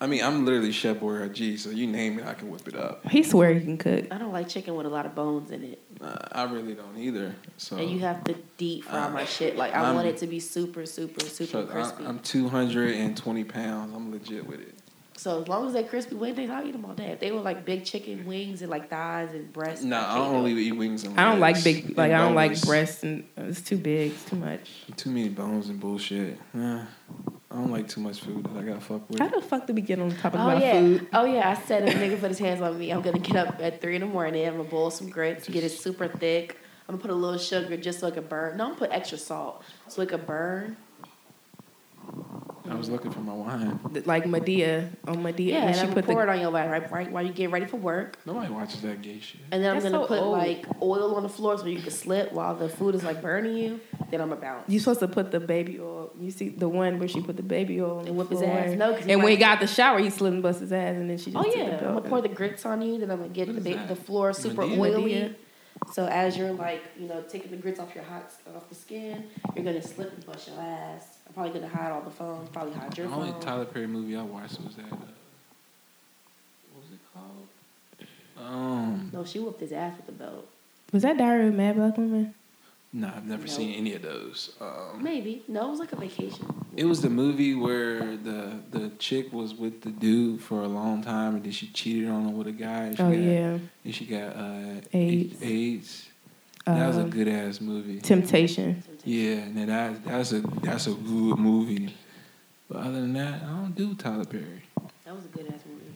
Speaker 6: I mean, I'm literally Chef Boyardee, so you name it, I can whip it up.
Speaker 4: He swear he can cook.
Speaker 5: I don't like chicken with a lot of bones in it,
Speaker 6: Nah, I really don't either. So
Speaker 5: and you have to deep fry
Speaker 6: Oh. Uh,
Speaker 5: my shit. Like I
Speaker 6: I'm-
Speaker 5: want it to be super, super, super
Speaker 6: Trust-
Speaker 5: crispy.
Speaker 6: I, am 220 pounds. I'm legit with it.
Speaker 5: so as long as they're crispy wingdings, I'll eat them all day. If they were like big chicken wings and like thighs and breasts,
Speaker 6: No,
Speaker 5: can't
Speaker 6: I
Speaker 5: do
Speaker 6: only
Speaker 5: it.
Speaker 6: eat wings and
Speaker 4: I don't like
Speaker 6: legs
Speaker 4: big
Speaker 6: and
Speaker 4: like I don't like
Speaker 6: boneless.
Speaker 4: breasts and it's too big, it's too much.
Speaker 6: Too many bones and bullshit. Nah, I don't like too much food that I gotta fuck with.
Speaker 4: How the fuck did we get on the topic
Speaker 5: Oh
Speaker 4: about
Speaker 5: yeah,
Speaker 4: food?
Speaker 5: oh yeah. I said if a nigga put his hands on me, I'm gonna get up at three in the morning. I'm gonna boil some grits, get it super thick. I'm gonna put a little sugar just so it can burn. No, I'm gonna put extra salt so it can burn.
Speaker 6: I was looking for my wine.
Speaker 4: Like Medea on Medea
Speaker 5: Yeah,
Speaker 4: when
Speaker 5: and
Speaker 4: she
Speaker 5: I'm
Speaker 4: put
Speaker 5: gonna pour
Speaker 4: the
Speaker 5: it on your body right, right while you get ready for work.
Speaker 6: Nobody watches that gay shit.
Speaker 5: And then I'm
Speaker 4: That's
Speaker 5: gonna
Speaker 4: so
Speaker 5: put
Speaker 4: old.
Speaker 5: like oil on the floor so you can slip while the food is like burning you. Then I'm about.
Speaker 4: you supposed to put the baby oil. You see the one where she put the baby oil on the
Speaker 5: And whip his
Speaker 4: floor.
Speaker 5: ass. No, 'cause he
Speaker 4: and when he
Speaker 5: might-
Speaker 4: got out the shower, he slid and bust his ass, and then she just
Speaker 5: Oh
Speaker 4: took
Speaker 5: yeah,
Speaker 4: the
Speaker 5: I'm
Speaker 4: pill.
Speaker 5: gonna pour the grits on you. Then I'm gonna get
Speaker 6: What
Speaker 5: the,
Speaker 6: is
Speaker 5: ba-
Speaker 6: that?
Speaker 5: the floor super
Speaker 6: Medea?
Speaker 5: oily.
Speaker 4: Medea.
Speaker 5: So as you're like, you know, taking the grits off your hot off the skin, you're gonna slip and bust your ass. I'm probably gonna hide all the phones. Probably hide
Speaker 6: The
Speaker 5: your
Speaker 6: only
Speaker 5: phone.
Speaker 6: Tyler Perry movie I watched was that. Uh, what was it called? Um,
Speaker 5: No, she whooped his ass with the belt.
Speaker 4: Was that Diary of a Mad Black Woman?
Speaker 6: nah, I've never
Speaker 5: No.
Speaker 6: seen any of those. Um,
Speaker 5: Maybe no, it was like a vacation.
Speaker 6: It was the movie where the the chick was with the dude for a long time, and then she cheated on him with a guy. And she
Speaker 4: Oh
Speaker 6: got,
Speaker 4: yeah,
Speaker 6: and she got uh,
Speaker 4: AIDS.
Speaker 6: AIDS. That was a
Speaker 4: Um,
Speaker 6: good ass movie.
Speaker 4: Temptation.
Speaker 6: Yeah, now that that's a that's a good movie. But other than that, I don't do Tyler Perry.
Speaker 5: That was a good ass movie.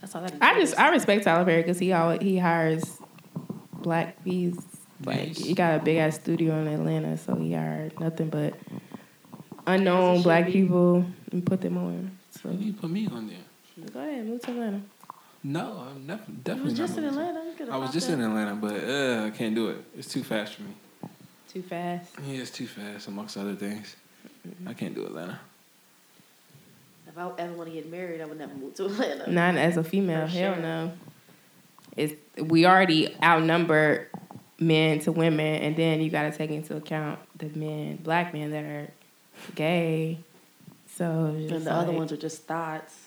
Speaker 5: That's all that.
Speaker 4: I just I respect Tyler Perry because he always he hires black bees. Like
Speaker 6: Yes.
Speaker 4: he got a big ass studio in Atlanta, so he hired nothing but unknown
Speaker 5: should
Speaker 4: black
Speaker 5: be.
Speaker 4: people and put them on. So
Speaker 6: You put me on there.
Speaker 4: go ahead, move to Atlanta.
Speaker 6: No, I'm never,
Speaker 5: I
Speaker 6: definitely.
Speaker 5: was
Speaker 6: not
Speaker 5: just in
Speaker 6: gonna do-
Speaker 5: Atlanta. You could've
Speaker 6: I was
Speaker 5: popped
Speaker 6: just
Speaker 5: up.
Speaker 6: in Atlanta, but uh, I can't do it. It's too fast for me.
Speaker 4: Too fast.
Speaker 6: Yeah, it's too fast amongst other things. I can't do Atlanta.
Speaker 5: If I ever want to get married, I would never move to Atlanta.
Speaker 4: Not as a female.
Speaker 5: For
Speaker 4: Hell
Speaker 5: sure.
Speaker 4: no. It's we already outnumber men to women, and then you got to take into account the men, black men that are gay. So it's
Speaker 5: And
Speaker 4: just
Speaker 5: the other
Speaker 4: like-
Speaker 5: ones are just thoughts.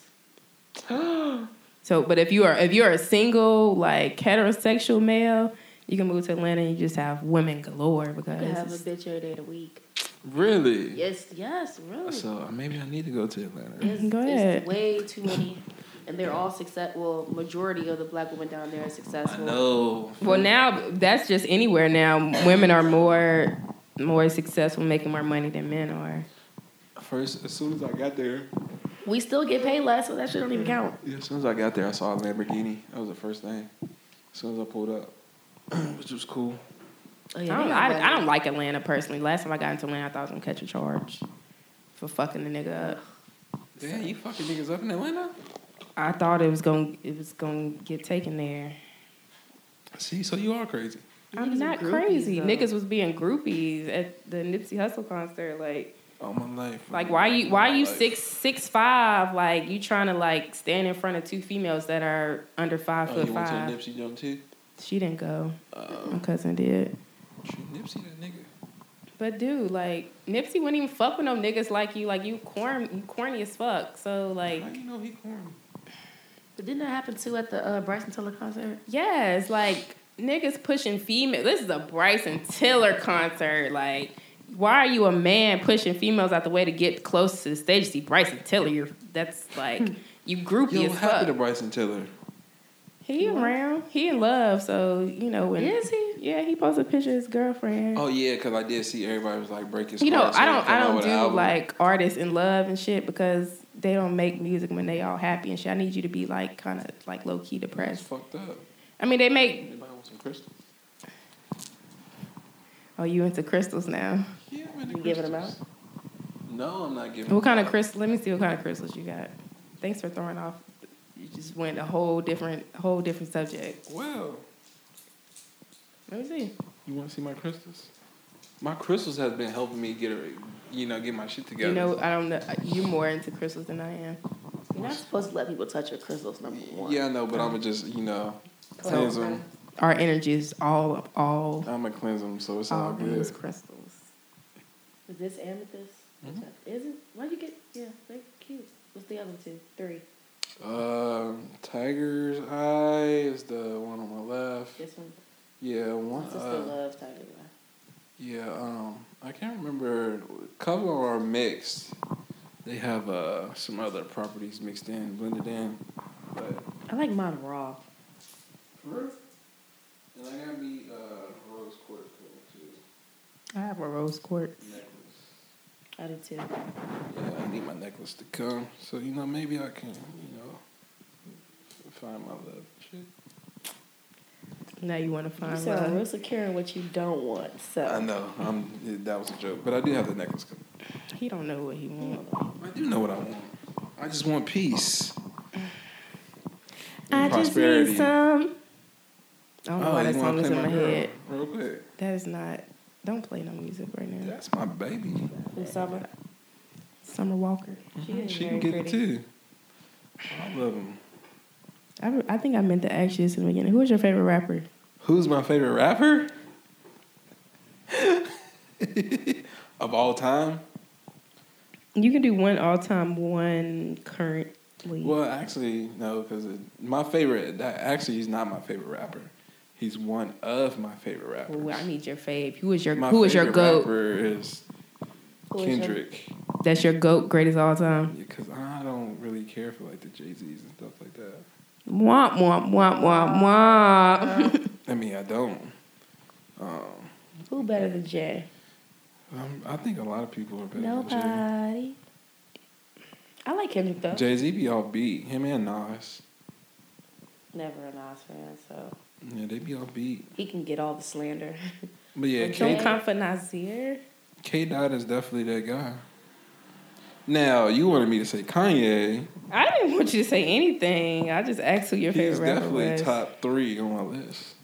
Speaker 4: So, but if you are if you're a single like heterosexual male, You can move to Atlanta and you just have women galore because
Speaker 5: You have a
Speaker 4: it's-
Speaker 5: bitch every day of the week.
Speaker 6: Really?
Speaker 5: Yes, yes, really.
Speaker 6: So uh, maybe I need to go to Atlanta.
Speaker 5: It's,
Speaker 4: Go
Speaker 5: it's
Speaker 4: ahead.
Speaker 5: way too many, and they're all success. Well, majority of the black women down there are
Speaker 6: I
Speaker 5: successful.
Speaker 6: know.
Speaker 4: Well, now that's just anywhere. Now women are more more successful, making more money than men are.
Speaker 6: First, as soon as I got there,
Speaker 5: We still get paid less, so that shit don't even count.
Speaker 6: yeah, as soon as I got there, I saw a Lamborghini. That was the first thing. As soon as I pulled up, which was cool.
Speaker 5: Oh,
Speaker 4: I don't, I, I don't like Atlanta personally. Last time I got into Atlanta, I thought I was gonna catch a charge for fucking the nigga up.
Speaker 6: Damn, you fucking niggas up in Atlanta?
Speaker 4: I thought it was gonna it was gonna get taken there.
Speaker 6: See, so you are crazy.
Speaker 4: I'm
Speaker 5: Niggas
Speaker 4: not
Speaker 5: were groupies,
Speaker 4: crazy.
Speaker 5: though.
Speaker 4: Niggas was being groupies at the Nipsey Hustle concert. Like,
Speaker 6: All my life.
Speaker 4: like why you why you
Speaker 6: Like,
Speaker 4: six six five? Like you trying to like stand in front of two females that are under five
Speaker 6: Oh,
Speaker 4: foot
Speaker 6: you went to a
Speaker 4: five?
Speaker 6: Nipsey jump too?
Speaker 4: She didn't go.
Speaker 6: Uh,
Speaker 4: My cousin did.
Speaker 6: shoot, Nipsey that nigga.
Speaker 4: But dude, like Nipsey wouldn't even fuck with no niggas like you. Like you corn you corny as fuck. So like
Speaker 6: How you know he corny?
Speaker 5: But didn't that happen too at the uh, Bryson Tiller concert?
Speaker 4: Yes, like niggas pushing female. This is a Bryson Tiller concert. Like, why are you a man pushing females out the way to get close to the stage to see Bryson Tiller? You're, that's like you groupie
Speaker 6: Yo,
Speaker 4: as
Speaker 6: what
Speaker 4: fuck.
Speaker 6: happened to Bryson Tiller?
Speaker 4: he around, he in love, so you know when.
Speaker 5: Is he?
Speaker 4: Yeah, he posted a picture of his girlfriend.
Speaker 6: Oh yeah, because I did see everybody was like breaking.
Speaker 4: you know,
Speaker 6: squats
Speaker 4: I
Speaker 6: when he
Speaker 4: don't,
Speaker 6: came
Speaker 4: I
Speaker 6: out
Speaker 4: don't
Speaker 6: with
Speaker 4: do
Speaker 6: the album.
Speaker 4: like artists in love and shit because they don't make music when they all happy and shit. I need you to be like kind of like low key
Speaker 6: That's
Speaker 4: depressed.
Speaker 6: fucked up.
Speaker 4: I mean, they make.
Speaker 6: Anybody want some crystals?
Speaker 4: Oh, you into crystals now?
Speaker 6: Yeah, I'm into
Speaker 5: You giving 'em
Speaker 6: crystals. No, I'm not giving.
Speaker 4: What kind of
Speaker 6: crystals?
Speaker 4: crystal? Let me see what kind of crystals you got. Thanks for throwing off. You just went a whole different, whole different subject.
Speaker 6: Well,
Speaker 4: Let me see.
Speaker 6: you want to see my crystals? My crystals has been helping me get, a- you know, get my shit together.
Speaker 4: You know, I don't know. You're more into crystals than I am.
Speaker 5: You're not supposed to let people touch your crystals, number one.
Speaker 6: yeah, I know, but I'm gonna just, you know,
Speaker 4: So-
Speaker 6: cleanse them.
Speaker 4: Our energy is all up, all,
Speaker 6: I'm gonna cleanse them, so it's all
Speaker 4: all these
Speaker 6: good.
Speaker 4: crystals.
Speaker 5: Is this amethyst? Is it? Why'd you get? Yeah, they're cute. What's the other two? Three.
Speaker 6: Um, tiger's eye is the one on my left.
Speaker 5: This one.
Speaker 6: Yeah,
Speaker 5: My
Speaker 6: one.
Speaker 5: sister
Speaker 6: uh,
Speaker 5: loves Tiger Eye.
Speaker 6: Yeah, um, I can't remember. A couple are mixed. They have uh, some other properties mixed in, blended in. But
Speaker 5: I like mine raw.
Speaker 6: and I got me uh, rose quartz too.
Speaker 4: I have a rose quartz.
Speaker 6: Necklace.
Speaker 5: I do too.
Speaker 6: Yeah, I need my necklace to come. So you know, maybe I can, you know, find my love. and Shit.
Speaker 4: Now you want to
Speaker 5: You
Speaker 4: find
Speaker 5: sound
Speaker 4: love.
Speaker 5: real secure in what you don't want. So
Speaker 6: I know. I'm. That was a joke, but I do have the necklace. Coming.
Speaker 4: He don't know what he wants.
Speaker 6: I do know what I want. I just want peace.
Speaker 4: I
Speaker 6: And
Speaker 4: just
Speaker 6: prosperity. Oh,
Speaker 4: need some. I don't know why
Speaker 6: you
Speaker 4: that
Speaker 6: wanna
Speaker 4: song is
Speaker 6: play
Speaker 4: in my
Speaker 6: girl
Speaker 4: head.
Speaker 6: Real quick.
Speaker 4: That is not. Don't play no music right now.
Speaker 6: That's my baby.
Speaker 5: from summer.
Speaker 4: Summer Walker.
Speaker 5: is
Speaker 6: She
Speaker 5: very
Speaker 6: can get
Speaker 5: pretty.
Speaker 6: it too. I love him.
Speaker 4: I, I think I meant to ask you this in the beginning. Who is your favorite rapper?
Speaker 6: Who's my favorite rapper? of all time?
Speaker 4: You can do one all time, one currently.
Speaker 6: Well, actually, no, because my favorite, that actually, he's not my favorite rapper. He's one of my favorite rappers.
Speaker 4: Well, I need your fave. Who is your
Speaker 6: my
Speaker 4: Who is your
Speaker 6: favorite
Speaker 4: goat?
Speaker 6: rapper is
Speaker 5: Who is your-
Speaker 6: Kendrick.
Speaker 4: That's your goat, greatest all time.
Speaker 6: Because I don't really care for like the Jay Z's and stuff like that.
Speaker 4: Womp womp womp womp womp.
Speaker 6: I mean, I don't. Um,
Speaker 5: Who better than Jay?
Speaker 6: Um, I think a lot of people are better than
Speaker 5: Nobody. I like Kendrick though.
Speaker 6: Jay. Jay Z be off beat. Him and Nas.
Speaker 5: Never a Nas fan, so
Speaker 6: Yeah, they be off beat.
Speaker 5: he can get all the slander.
Speaker 6: But yeah,
Speaker 4: Don't
Speaker 6: K,
Speaker 4: come for Nasir.
Speaker 6: K Dot is definitely that guy. Now you wanted me to say Kanye.
Speaker 4: I didn't want you to say anything. I just asked who your
Speaker 6: He's
Speaker 4: favorite rapper
Speaker 6: definitely
Speaker 4: was.
Speaker 6: top three on my list.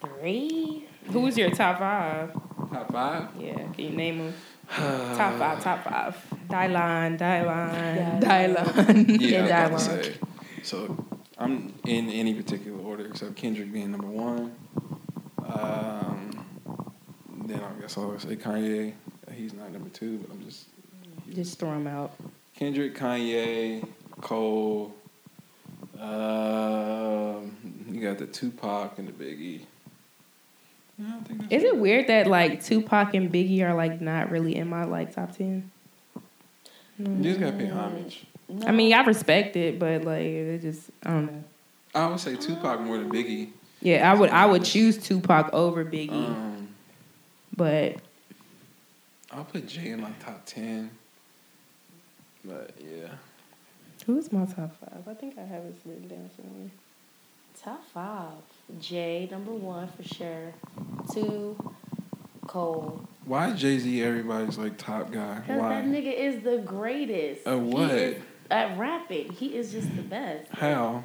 Speaker 5: Three.
Speaker 4: Who was your top five?
Speaker 6: Top five.
Speaker 4: Yeah, can you name them? top five, top five. Dylan, Dylan, Dylan.
Speaker 6: Yeah,
Speaker 4: and
Speaker 6: I was
Speaker 4: Dylon.
Speaker 6: about to say. So I'm in any particular order except Kendrick being number one. Um, then I guess I'll say Kanye. He's not number two, but I'm just
Speaker 4: Just throw him out.
Speaker 6: Kendrick, Kanye, Cole. Um, you got the Tupac and the Biggie. Yeah, I think that's
Speaker 4: Is it weird that like Tupac and Biggie are like not really in my like top ten?
Speaker 6: You just gotta pay homage.
Speaker 4: I mean, I respect it, but like it just I don't know.
Speaker 6: I would say Tupac more than Biggie.
Speaker 4: Yeah, I would I would choose Tupac over Biggie,
Speaker 6: Um,
Speaker 4: but
Speaker 6: I'll put Jay in my top ten. But yeah,
Speaker 4: who's my top five? I think I have it written down somewhere.
Speaker 5: Top five. Jay, number one for sure. Two, Cole.
Speaker 6: why Jay Z everybody's like top guy?
Speaker 5: Because that
Speaker 6: Why?
Speaker 5: nigga is the greatest.
Speaker 6: At
Speaker 5: He
Speaker 6: what?
Speaker 5: is- At rapping. He is just the best.
Speaker 6: How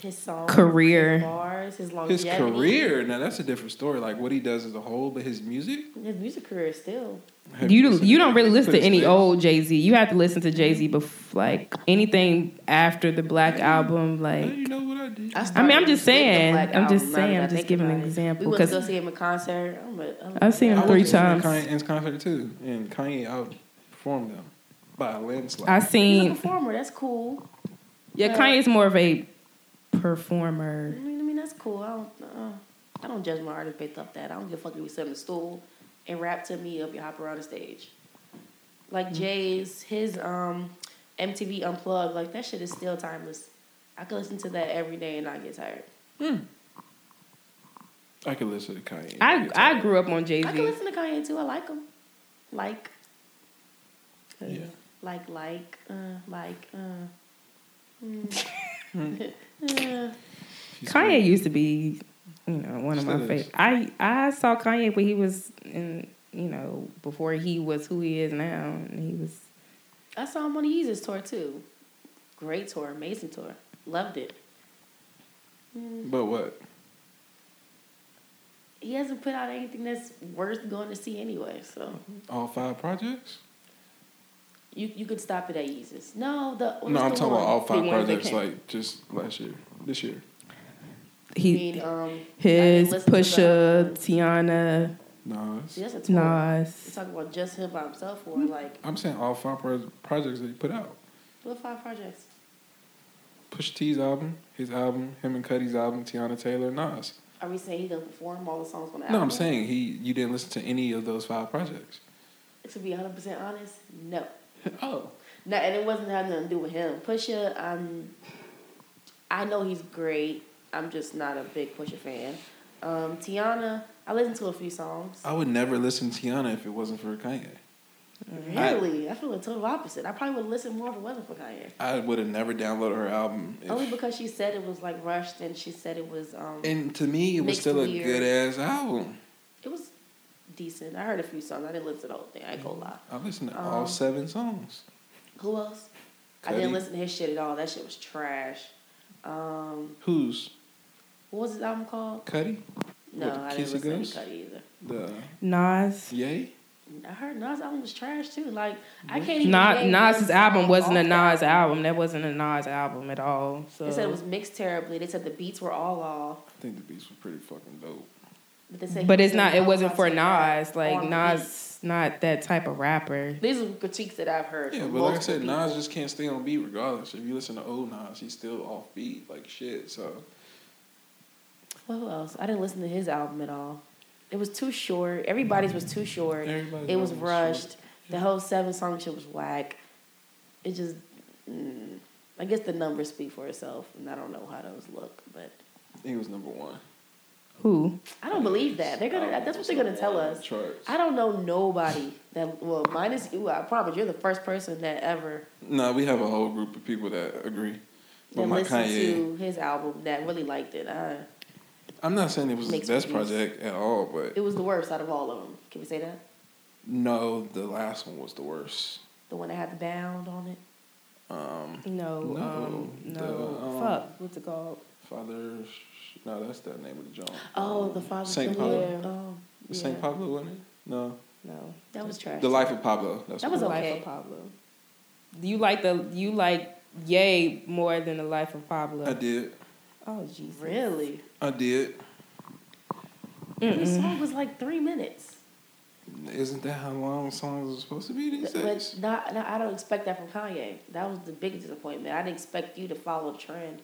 Speaker 5: His song.
Speaker 4: Career.
Speaker 5: His bars, his
Speaker 6: his
Speaker 5: longevity.
Speaker 6: career? Now that's a different story. Like what he does as a whole, but his music.
Speaker 5: His music career is still.
Speaker 6: Have
Speaker 4: You don't-
Speaker 6: listened
Speaker 4: you don't really listen to
Speaker 6: Put his
Speaker 4: any
Speaker 6: face-
Speaker 4: old Jay Z. You have to listen to Jay Z before like anything after the Black album.
Speaker 6: How
Speaker 4: Like
Speaker 6: do you know what I did?
Speaker 4: I mean, I'm just
Speaker 5: started with the
Speaker 4: saying.
Speaker 5: Black
Speaker 4: I'm just
Speaker 5: Album, now that
Speaker 4: saying.
Speaker 5: I
Speaker 4: I'm just
Speaker 5: think
Speaker 4: giving an
Speaker 5: about it.
Speaker 4: example
Speaker 5: We went to go
Speaker 4: because
Speaker 5: see him in concert. I'm a, I'm
Speaker 4: I've seen him
Speaker 6: I
Speaker 4: three
Speaker 6: was listening to
Speaker 4: times.
Speaker 6: Kanye's concert too, and Kanye outperformed them by a landslide.
Speaker 4: I
Speaker 5: He's a
Speaker 4: seen
Speaker 5: performer. That's cool.
Speaker 4: yeah Kanye's more of a performer.
Speaker 5: I mean, I mean that's cool. I don't. Uh, I don't judge my artist based off that. I don't give a fuck if you sit on the stool and rap to me or if you hop around the stage. Like Jay's his um, MTV Unplugged. Like that shit is still timeless. I could listen to that every day and not get tired.
Speaker 6: I could listen to Kanye.
Speaker 4: I I grew up on Jay
Speaker 5: I can
Speaker 4: Z.
Speaker 5: listen to Kanye too. I like him. Like. Uh,
Speaker 6: Yeah.
Speaker 5: Like, like, uh, like, uh. mm. Uh,
Speaker 6: She's
Speaker 4: Kanye used to be, you know, one of my
Speaker 6: Still is.
Speaker 4: favorite. I I saw Kanye when he was in, you know, before he was who he is now, and he was.
Speaker 5: I saw him on the Yeezus tour too. Great tour, amazing tour. Loved it.
Speaker 6: But what?
Speaker 5: He hasn't put out anything that's worth going to see anyway, so
Speaker 4: Mm-hmm.
Speaker 6: All five projects?
Speaker 5: you you could stop it at Yeezus. No, the what was
Speaker 6: no, I'm
Speaker 5: the
Speaker 6: talking about
Speaker 5: one?
Speaker 6: all five
Speaker 4: The ones that
Speaker 6: projects,
Speaker 4: came.
Speaker 6: like just last year, this year.
Speaker 5: I
Speaker 4: He
Speaker 5: mean, um,
Speaker 4: his
Speaker 5: I didn't listen to the-
Speaker 4: Pusha Tiana
Speaker 6: No, it's-
Speaker 5: See, that's a tour. You
Speaker 4: Nas.
Speaker 5: talking about just him by himself
Speaker 4: Mm-hmm.
Speaker 5: or like
Speaker 6: I'm saying all five pro- projects that he put out.
Speaker 5: what five projects?
Speaker 6: Push T's album, his album, him and Cuddy's album, Tiana Taylor, Nas.
Speaker 5: Are we saying he doesn't perform all the songs on the
Speaker 6: No,
Speaker 5: album?
Speaker 6: I'm saying he. You didn't listen to any of those five projects.
Speaker 5: to be 100 percent honest, no.
Speaker 6: Oh,
Speaker 5: No, and it wasn't having nothing to do with him. Pusha, um, I know he's great. I'm just not a big Pusha fan. Um, Tiana, I listened to a few songs.
Speaker 6: I would never listen to Tiana if it wasn't for Kanye.
Speaker 5: really, I, feel the total opposite. I probably would listen more if it wasn't for Kanye.
Speaker 6: I would have never downloaded her album. if-
Speaker 5: Only because she said it was like rushed, and she said it was um,
Speaker 6: and to me, it was
Speaker 5: Mixed
Speaker 6: still a
Speaker 5: weird.
Speaker 6: good ass album.
Speaker 5: it was decent. I heard a few songs. I didn't listen to the whole thing. I ain't
Speaker 4: Mm-hmm.
Speaker 5: gonna lie.
Speaker 6: I listened to
Speaker 5: Um,
Speaker 6: all seven songs.
Speaker 5: Who else? I
Speaker 6: Cudi.
Speaker 5: didn't listen to his shit at all. That shit was trash. Um,
Speaker 6: Who's
Speaker 5: what was his album called?
Speaker 6: Cuddy?
Speaker 5: No,
Speaker 6: What,
Speaker 5: I
Speaker 6: Kiss
Speaker 5: didn't
Speaker 6: of
Speaker 5: listen to any
Speaker 6: Ghosts?
Speaker 5: Cudi either.
Speaker 6: The
Speaker 4: Nas.
Speaker 6: Yay?
Speaker 5: I heard Nas album was trash too. Like I can't even.
Speaker 4: Nas
Speaker 5: name
Speaker 4: Nas's
Speaker 5: one
Speaker 4: album
Speaker 5: song
Speaker 4: wasn't a
Speaker 5: off
Speaker 4: Nas
Speaker 5: that
Speaker 4: album. That wasn't a Nas album at all. So
Speaker 5: They said it was mixed terribly. They said the beats were all off.
Speaker 6: I think the beats were pretty fucking dope.
Speaker 5: But, they said
Speaker 4: but
Speaker 5: he
Speaker 4: it's
Speaker 5: did
Speaker 4: not. It
Speaker 5: all
Speaker 4: wasn't
Speaker 5: kinds
Speaker 4: for
Speaker 5: of crap
Speaker 4: Nas. Like
Speaker 5: on the beat.
Speaker 4: Nas, not that type of rapper.
Speaker 5: These are critiques that I've heard.
Speaker 6: Yeah,
Speaker 5: from
Speaker 6: but like I
Speaker 5: multiple
Speaker 6: said,
Speaker 5: people.
Speaker 6: Nas just can't stay on beat regardless. If you listen to old Nas, he's still off beat like shit. So
Speaker 5: Well, who else? I didn't listen to his album at all. It was too short. Everybody's was too short.
Speaker 6: Everybody's
Speaker 5: it was
Speaker 6: album was
Speaker 5: rushed.
Speaker 6: short.
Speaker 5: The whole seven song shit was whack. It just, mm, I guess the numbers speak for itself, and I don't know how those look, but
Speaker 6: he was number one.
Speaker 4: Who?
Speaker 5: I don't believe that. They're gonna. That's what they're gonna tell us.
Speaker 6: Charts.
Speaker 5: I don't know nobody that well minus you. I promise you're the first person that ever
Speaker 6: No, we have a whole group of people that agree.
Speaker 5: that
Speaker 6: But my
Speaker 5: listened to
Speaker 6: Kanye,
Speaker 5: his album that really liked it. I,
Speaker 6: I'm not saying it was his
Speaker 5: Mixed
Speaker 6: best
Speaker 5: reviews.
Speaker 6: project at all,
Speaker 5: it
Speaker 6: but
Speaker 5: was the worst out of all of them. Can we say that?
Speaker 6: no, the last one was the worst.
Speaker 5: The one that had the bound on it.
Speaker 6: Um,
Speaker 4: No.
Speaker 6: No,
Speaker 4: um, no.
Speaker 6: the, um,
Speaker 4: Fuck. What's it called?
Speaker 6: Father, no, that's the name of the joint.
Speaker 5: Oh,
Speaker 6: Um,
Speaker 5: the father.
Speaker 6: Saint
Speaker 5: Saint
Speaker 6: Pablo.
Speaker 5: Oh,
Speaker 6: Was Saint Pablo, wasn't it? No,
Speaker 4: No.
Speaker 5: that was trash.
Speaker 6: the Life of Pablo. That's
Speaker 5: That
Speaker 6: what
Speaker 5: was
Speaker 6: it
Speaker 4: the
Speaker 5: okay.
Speaker 4: life of Pablo. You like the you like Yay more than the life of Pablo.
Speaker 6: I did.
Speaker 4: Oh Jesus.
Speaker 5: Really?
Speaker 6: I did.
Speaker 5: Every
Speaker 4: Mm-hmm.
Speaker 5: song was like three minutes.
Speaker 6: Isn't that how long songs are supposed to be these
Speaker 5: But
Speaker 6: days?
Speaker 5: not, not, I don't expect that from Kanye. That was the big disappointment. I didn't expect you to follow the trend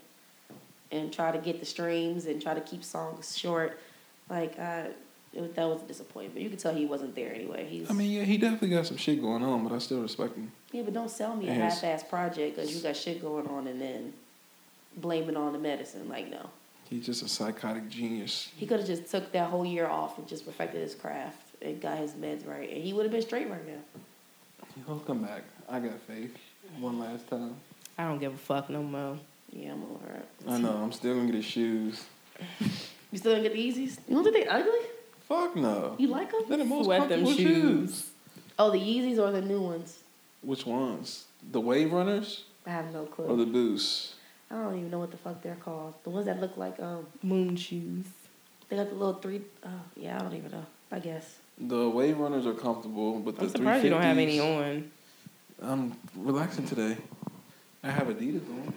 Speaker 5: and try to get the streams and try to keep songs short. Like I, it, was- that was a disappointment. You could tell he wasn't there anyway. He's
Speaker 6: I mean, yeah, he definitely got some shit going on, but I still respect him.
Speaker 5: yeah, but don't sell me a
Speaker 6: Yes.
Speaker 5: half-ass project because you got shit going on and then blame it on the medicine. Like no,
Speaker 6: He's just a psychotic genius.
Speaker 5: he could have just took that whole year off and just perfected his craft and got his meds right, and he would have been straight right now.
Speaker 6: He'll come back. I got faith. One last time.
Speaker 4: I don't give a fuck no more.
Speaker 5: Yeah, I'm over it.
Speaker 6: I know. I'm still gonna get his shoes.
Speaker 5: You still don't get the Yeezys? You don't think they ugly?
Speaker 6: Fuck no.
Speaker 5: You like them?
Speaker 6: They're the most
Speaker 4: Sweat them
Speaker 6: comfortable shoes.
Speaker 4: shoes.
Speaker 5: Oh, the Yeezys or the new ones?
Speaker 6: Which ones? The Wave Runners
Speaker 5: I have no clue.
Speaker 6: or the Boost?
Speaker 5: I don't even know what the fuck they're called. The ones that look like um,
Speaker 4: Moon shoes.
Speaker 5: they got the little three oh yeah, I don't even know. I guess
Speaker 6: The Wave Runners are comfortable, but the
Speaker 4: I'm surprised you don't have any
Speaker 6: 350s
Speaker 4: on.
Speaker 6: I'm relaxing today. I have Adidas on.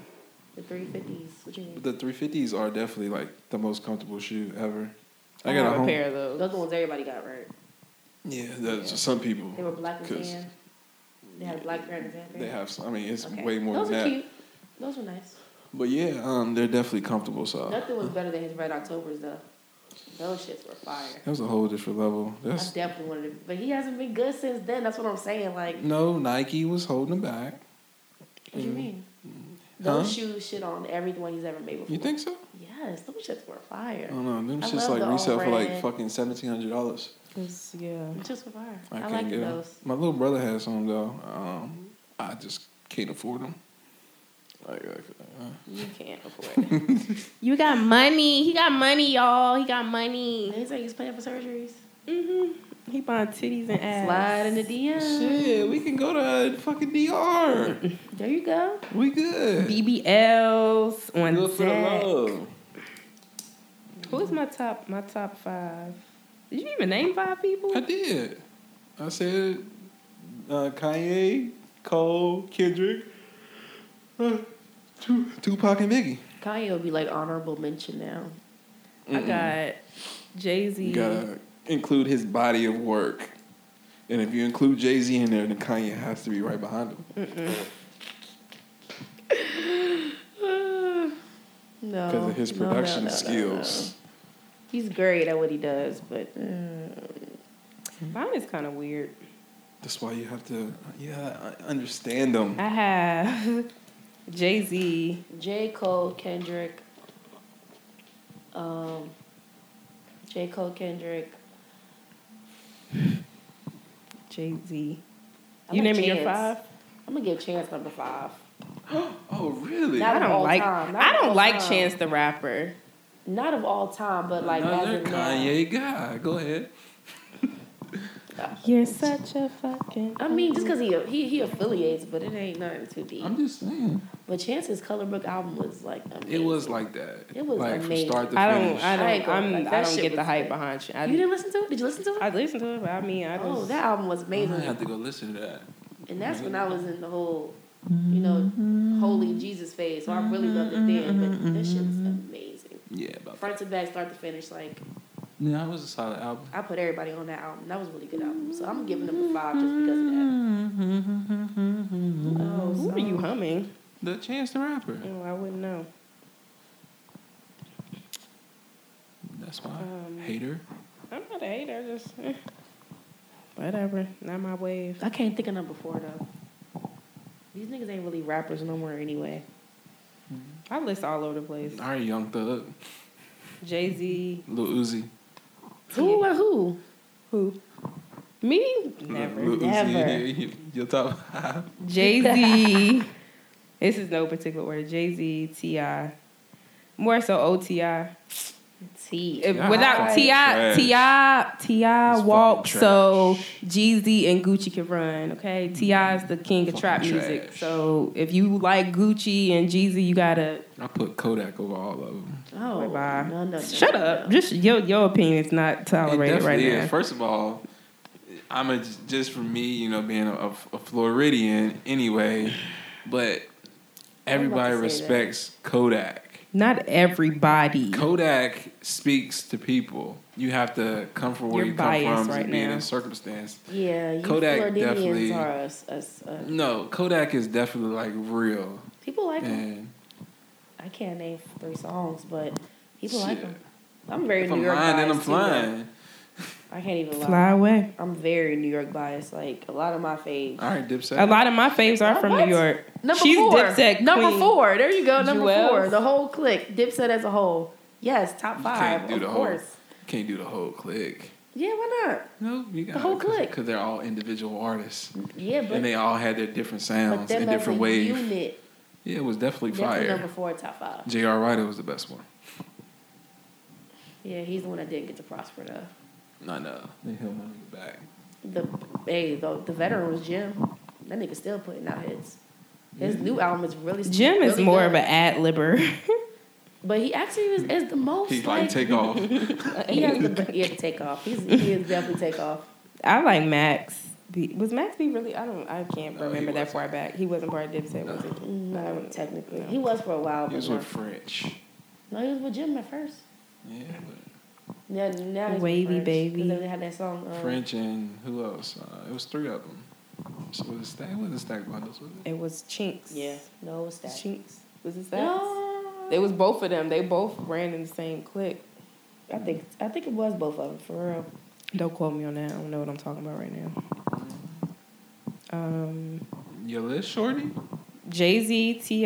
Speaker 5: the three fifties. What you mean?
Speaker 6: But the 350s are definitely like the most comfortable shoe ever. I,
Speaker 4: I
Speaker 6: got
Speaker 4: have
Speaker 6: a
Speaker 4: a
Speaker 6: home.
Speaker 4: pair of those.
Speaker 5: Those are the ones everybody got right.
Speaker 6: Yeah, that's some people.
Speaker 5: They were black and
Speaker 6: 'Cause
Speaker 5: tan. They had a black pair and a tan pair.
Speaker 6: They have. Some, I mean, it's
Speaker 5: Okay.
Speaker 6: way more
Speaker 5: Those
Speaker 6: than
Speaker 5: are
Speaker 6: that.
Speaker 5: cute. Those were nice.
Speaker 6: But yeah, um, they're definitely comfortable. So that
Speaker 5: Nothing was better than his Red Octobers though. Those shits were fire.
Speaker 6: was a whole different level.
Speaker 5: I
Speaker 6: That's
Speaker 5: definitely wanted to, but he hasn't been good since then. That's what I'm saying. Like,
Speaker 6: no Nike was holding back.
Speaker 5: what do you mean?
Speaker 6: Mm. Huh?
Speaker 5: Those shoes shit on everyone he's ever made before.
Speaker 6: You Uh, think so?
Speaker 5: Yes, those shits were fire.
Speaker 6: I don't know. Them
Speaker 5: I
Speaker 6: shits
Speaker 5: love
Speaker 6: like
Speaker 5: the
Speaker 6: resell for like
Speaker 5: all-red.
Speaker 6: fucking seventeen hundred dollars.
Speaker 4: It's- yeah.
Speaker 5: Them shits were fire.
Speaker 6: I,
Speaker 5: I,
Speaker 6: can't
Speaker 5: like
Speaker 6: get 'em.
Speaker 5: those.
Speaker 6: My little brother has some though. Um, I just can't afford them. Like, like, uh,
Speaker 5: You can't afford it.
Speaker 4: You got money. He got money, y'all. He got money.
Speaker 5: They say he's paying for surgeries.
Speaker 4: Mm-hmm. He buying titties and ass.
Speaker 5: Slide in the DM.
Speaker 6: shit, we can go to fucking DR.
Speaker 5: There you go.
Speaker 6: we good.
Speaker 4: BBLs
Speaker 6: Good
Speaker 4: on
Speaker 6: for the
Speaker 4: deck.
Speaker 6: love.
Speaker 4: Who's my top? My top five. Did you even name five people?
Speaker 6: I did. I said uh, Kanye, Cole, Kendrick, uh, Tu- Tupac, and Biggie.
Speaker 5: Kanye will be like honorable mention now.
Speaker 4: I got Jay
Speaker 6: You
Speaker 4: Z.
Speaker 6: gotta include his body of work. And if you include Jay Z in there, then Kanye has to be right behind him.
Speaker 5: no.
Speaker 6: Because of his
Speaker 5: no, no,
Speaker 6: production
Speaker 5: no, no,
Speaker 6: skills.
Speaker 5: no. He's great at what he does, but uh,
Speaker 4: Mine is kind of weird.
Speaker 6: That's why you have to yeah, I- understand them.
Speaker 4: I have Jay Z.
Speaker 5: J. Cole, Kendrick, um, J. Cole, Kendrick.
Speaker 4: Jay Z.
Speaker 5: I
Speaker 4: You
Speaker 5: like
Speaker 4: naming your
Speaker 5: Chance.
Speaker 4: five?
Speaker 5: I'm gonna give Chance number five.
Speaker 6: Oh, really?
Speaker 5: Not
Speaker 4: I
Speaker 5: of
Speaker 4: don't
Speaker 5: all
Speaker 4: like.
Speaker 5: time, not
Speaker 4: I
Speaker 5: of all
Speaker 4: don't like
Speaker 5: time.
Speaker 4: Chance the rapper.
Speaker 5: Not of all time, but like uh,
Speaker 6: Another
Speaker 5: as of now.
Speaker 6: Kanye guy. Go ahead.
Speaker 4: You're such a fucking.
Speaker 5: I mean, just because he, he he affiliates, but it ain't nothing too deep.
Speaker 6: I'm just saying.
Speaker 5: But Chance's Color Book album was like amazing.
Speaker 6: It was like that.
Speaker 5: It was
Speaker 6: like
Speaker 5: amazing.
Speaker 6: from start to
Speaker 4: I
Speaker 6: finish.
Speaker 4: don't. I
Speaker 5: I ain't
Speaker 4: don't.
Speaker 5: gonna
Speaker 4: I'm,
Speaker 5: like, that
Speaker 4: I don't
Speaker 5: shit
Speaker 4: get the
Speaker 5: was
Speaker 4: hype
Speaker 5: good.
Speaker 4: behind you. I,
Speaker 5: you didn't listen to it? Did you listen to it?
Speaker 4: I listened to it, but I mean, I just.
Speaker 5: oh, that album was
Speaker 6: I
Speaker 5: amazing.
Speaker 6: have to go listen to that.
Speaker 5: And that's when I was in the whole, you know, holy Jesus phase. So I really loved it then. But this shit was amazing.
Speaker 6: Yeah, about that.
Speaker 5: Front to back, start to finish, like
Speaker 6: Yeah, it was a solid album.
Speaker 5: I put everybody on that album. That was a really good album. So I'm giving them a five just because of that. Oh,
Speaker 4: Who
Speaker 5: so-
Speaker 4: are you humming?
Speaker 6: The Chance the Rapper.
Speaker 4: Oh, I wouldn't know.
Speaker 6: That's my
Speaker 4: Um,
Speaker 6: hater.
Speaker 4: I'm not a hater. Just eh. whatever. Not my wave.
Speaker 5: I can't think of number four though. These niggas ain't really rappers no more anyway.
Speaker 4: I list all over the place.
Speaker 6: All right, Young Thug,
Speaker 4: Jay Z.
Speaker 6: Lil Uzi,
Speaker 5: Who or who?
Speaker 4: Who? Me? Never.
Speaker 6: Lil Uzi in there. You, your top five.
Speaker 4: Jay Z. this is no particular order. Jay Z. Ti. More so OTI.
Speaker 5: T.
Speaker 4: If-
Speaker 6: Yeah,
Speaker 4: Without
Speaker 6: fucking
Speaker 4: Ti,
Speaker 6: trash.
Speaker 4: Ti, Ti
Speaker 6: fucking
Speaker 4: walk
Speaker 6: trash.
Speaker 4: so Jeezy and Gucci can run. Okay, Ti is the king of
Speaker 6: Mm-hmm. Fucking
Speaker 4: trap music.
Speaker 6: trash.
Speaker 4: So if you like Gucci and Jeezy, you gotta
Speaker 6: I put Kodak over all of them.
Speaker 5: Oh,
Speaker 4: Bye bye.
Speaker 5: no, no, no,
Speaker 4: Shut
Speaker 5: no,
Speaker 4: up.
Speaker 5: no.
Speaker 4: Just your your opinion is not tolerated Oh, right now.
Speaker 6: First of all, I'm a, just for me, you know, being a, a Floridian anyway, but everybody
Speaker 5: say that.
Speaker 6: respects Kodak.
Speaker 4: Not everybody.
Speaker 6: Kodak speaks to people. You have to come from where
Speaker 4: You're
Speaker 6: you come
Speaker 4: biased
Speaker 6: from
Speaker 4: right
Speaker 6: and being
Speaker 4: now.
Speaker 6: in circumstance.
Speaker 5: Yeah, you
Speaker 6: Kodak
Speaker 5: Floridians
Speaker 6: definitely-
Speaker 5: are us. us uh,
Speaker 6: No, Kodak is definitely like real.
Speaker 5: people like 'em.
Speaker 6: And
Speaker 5: I can't name three songs, but people like
Speaker 6: shit.
Speaker 5: them. I'm very
Speaker 6: If
Speaker 5: New
Speaker 6: I'm
Speaker 5: York
Speaker 6: lying,
Speaker 5: biased.
Speaker 6: then I'm
Speaker 5: too, though.
Speaker 6: flying.
Speaker 5: I can't even lie.
Speaker 4: Fly away.
Speaker 5: I'm very New York biased. Like a lot of my faves.
Speaker 6: All right, Dipset.
Speaker 4: A lot of my faves are from
Speaker 5: What?
Speaker 4: New York.
Speaker 5: Number
Speaker 4: She's
Speaker 5: four.
Speaker 4: Dipset
Speaker 5: number
Speaker 4: queen.
Speaker 5: four. There you go. Number
Speaker 4: Jewels.
Speaker 5: four. The whole clique. Dipset as a whole. Yes, top
Speaker 6: You
Speaker 5: 5
Speaker 6: can't do
Speaker 5: of
Speaker 6: the whole-
Speaker 5: course.
Speaker 6: Can't do the whole clique.
Speaker 5: Yeah, why
Speaker 6: No, you got
Speaker 5: whole clique.
Speaker 6: because they're all individual artists
Speaker 5: not? Yeah, but
Speaker 6: and they all had their
Speaker 5: but
Speaker 6: different sounds
Speaker 5: them
Speaker 6: and
Speaker 5: as a
Speaker 6: different waves.
Speaker 5: unit.
Speaker 6: Yeah, it was definitely
Speaker 5: Definitely number
Speaker 6: fire.
Speaker 5: four, top five.
Speaker 6: J.R. Ryder was the best one.
Speaker 5: Yeah, he's the one that didn't get to prosper though.
Speaker 6: No, no, they held my nigga back.
Speaker 5: The hey, the, the veteran was Jim. That nigga still putting out hits. His new album is really
Speaker 4: Jim is
Speaker 5: really
Speaker 4: more
Speaker 5: good.
Speaker 4: of an ad libber.
Speaker 5: But he actually is, is the most.
Speaker 6: He like take off.
Speaker 5: He has the yeah to take off. He's he is definitely take off.
Speaker 4: I like Max. B. Was Max B really? I don't. I can't
Speaker 6: No, he
Speaker 4: remember that
Speaker 6: wasn't.
Speaker 4: far back. He wasn't part of Dipset, was he?
Speaker 5: No, Mm, technically he was for a while. But
Speaker 6: He was
Speaker 5: no.
Speaker 6: with French.
Speaker 5: no, he was with Jim at first.
Speaker 6: Yeah,
Speaker 5: Yeah, now he's with
Speaker 4: Wavy
Speaker 5: French, 'cause
Speaker 4: baby.
Speaker 5: They had that song.
Speaker 6: but
Speaker 5: Um,
Speaker 6: French and who else? Uh, it was three of them. So was it stack? It wasn't stack bundles, was it?
Speaker 4: It was Chinks.
Speaker 5: Yeah, no, it was that.
Speaker 4: Chinks. Was it that?
Speaker 5: No,
Speaker 4: It was both of them. They both ran in the same clique.
Speaker 5: I think I think it was both of them for real.
Speaker 4: Don't quote me on that. I don't know what I'm talking about right now. Um,
Speaker 6: Your list, shorty?
Speaker 4: Jay Z, Ti.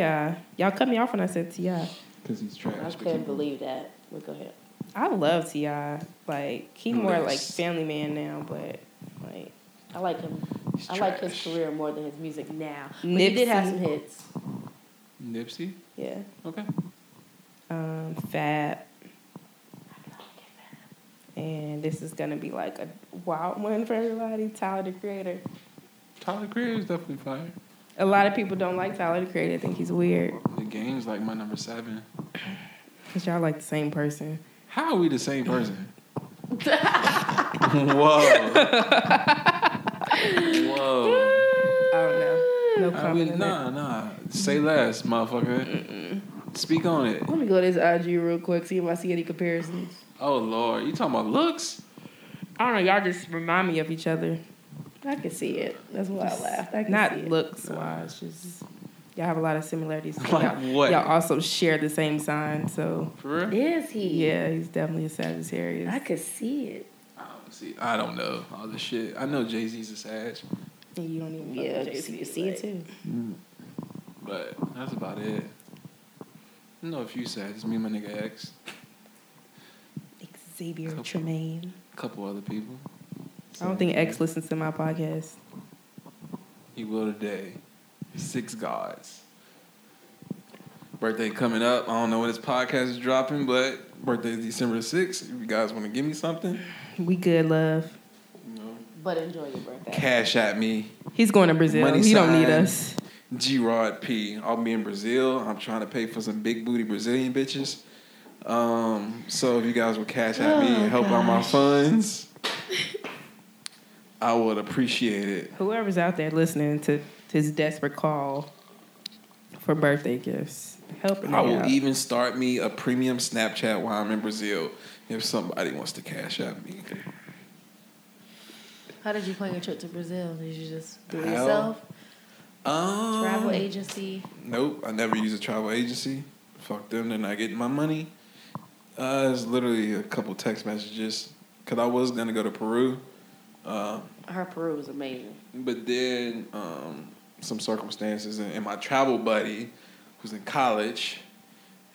Speaker 4: Y'all cut me off when I said Ti.
Speaker 6: Because he's trash.
Speaker 5: I
Speaker 6: but
Speaker 5: couldn't
Speaker 6: he-
Speaker 5: believe that. But go ahead.
Speaker 4: I love Ti. Like he
Speaker 6: Who
Speaker 4: more
Speaker 6: this?
Speaker 4: like family man now, but like
Speaker 5: I like him.
Speaker 6: he's
Speaker 5: I like his
Speaker 6: trash.
Speaker 5: career more than his music now. But he did have
Speaker 4: Nipsey.
Speaker 5: some hits.
Speaker 6: Nipsey.
Speaker 4: yeah.
Speaker 6: Okay.
Speaker 4: um, Fab. And this is gonna be like a wild one for everybody. Tyler the Creator.
Speaker 6: Tyler Creator is definitely fire.
Speaker 4: A lot of people don't like Tyler the Creator. I think he's weird
Speaker 6: The game's like my number seven.
Speaker 4: because y'all like the same person.
Speaker 6: How are we the same person? Whoa. Whoa.
Speaker 4: I don't know. No
Speaker 6: I mean,
Speaker 4: comment.
Speaker 6: nah, nah. Say less, motherfucker. Speak on it.
Speaker 5: Let me go to his IG real quick, see if I see any comparisons.
Speaker 6: Oh Lord, you talking about looks?
Speaker 4: I don't know. Y'all just remind me of each other.
Speaker 5: I can see it. That's why I laughed. I can
Speaker 4: Not
Speaker 5: see it.
Speaker 4: looks wise, just y'all have a lot of similarities.
Speaker 6: Like
Speaker 4: y'all,
Speaker 6: what?
Speaker 4: Y'all also share the same sign, so
Speaker 6: For real?
Speaker 5: Is he?
Speaker 4: yeah, he's definitely a Sagittarius.
Speaker 5: I could see it.
Speaker 6: I don't see. I don't know all this shit. I know Jay Z's a Sag,
Speaker 4: And you don't even fuck
Speaker 5: Yeah, I
Speaker 4: with
Speaker 5: could see,
Speaker 4: Jay-Z,
Speaker 5: could see
Speaker 4: like-
Speaker 5: it too.
Speaker 6: but that's about it. I know a few Sags. Me and my nigga X,
Speaker 4: Xavier
Speaker 6: Couple.
Speaker 4: Tremaine.
Speaker 6: a couple other people.
Speaker 4: I don't think X listens to my podcast.
Speaker 6: He will today. Six gods. Birthday coming up. I don't know when this podcast is dropping, but birthday is December the sixth. If you guys want to give me something,
Speaker 4: We good, love.
Speaker 6: you know,
Speaker 5: But enjoy your birthday.
Speaker 6: cash at me.
Speaker 4: He's going to Brazil.
Speaker 6: Money
Speaker 4: he don't need
Speaker 6: sign.
Speaker 4: us.
Speaker 6: G Rod P. I'll be in Brazil. I'm trying to pay for some big booty Brazilian bitches. Um, so if you guys would cash at me and help out my funds, I would appreciate it.
Speaker 4: Whoever's out there listening to his desperate call for birthday gifts, help me
Speaker 6: I will
Speaker 4: out.
Speaker 6: even start me a premium Snapchat while I'm in Brazil if somebody wants to cash at me.
Speaker 5: How did you plan your trip to Brazil? Did you just do it
Speaker 6: Hell.
Speaker 5: yourself?
Speaker 6: Um,
Speaker 5: Travel agency?
Speaker 6: Nope, I never use a travel agency. Fuck them, they're not getting my money. Uh, it's literally a couple text messages because I was gonna go to Peru. Um,
Speaker 5: Her Peru was amazing.
Speaker 6: But then um, some circumstances, and, and my travel buddy, who's in college,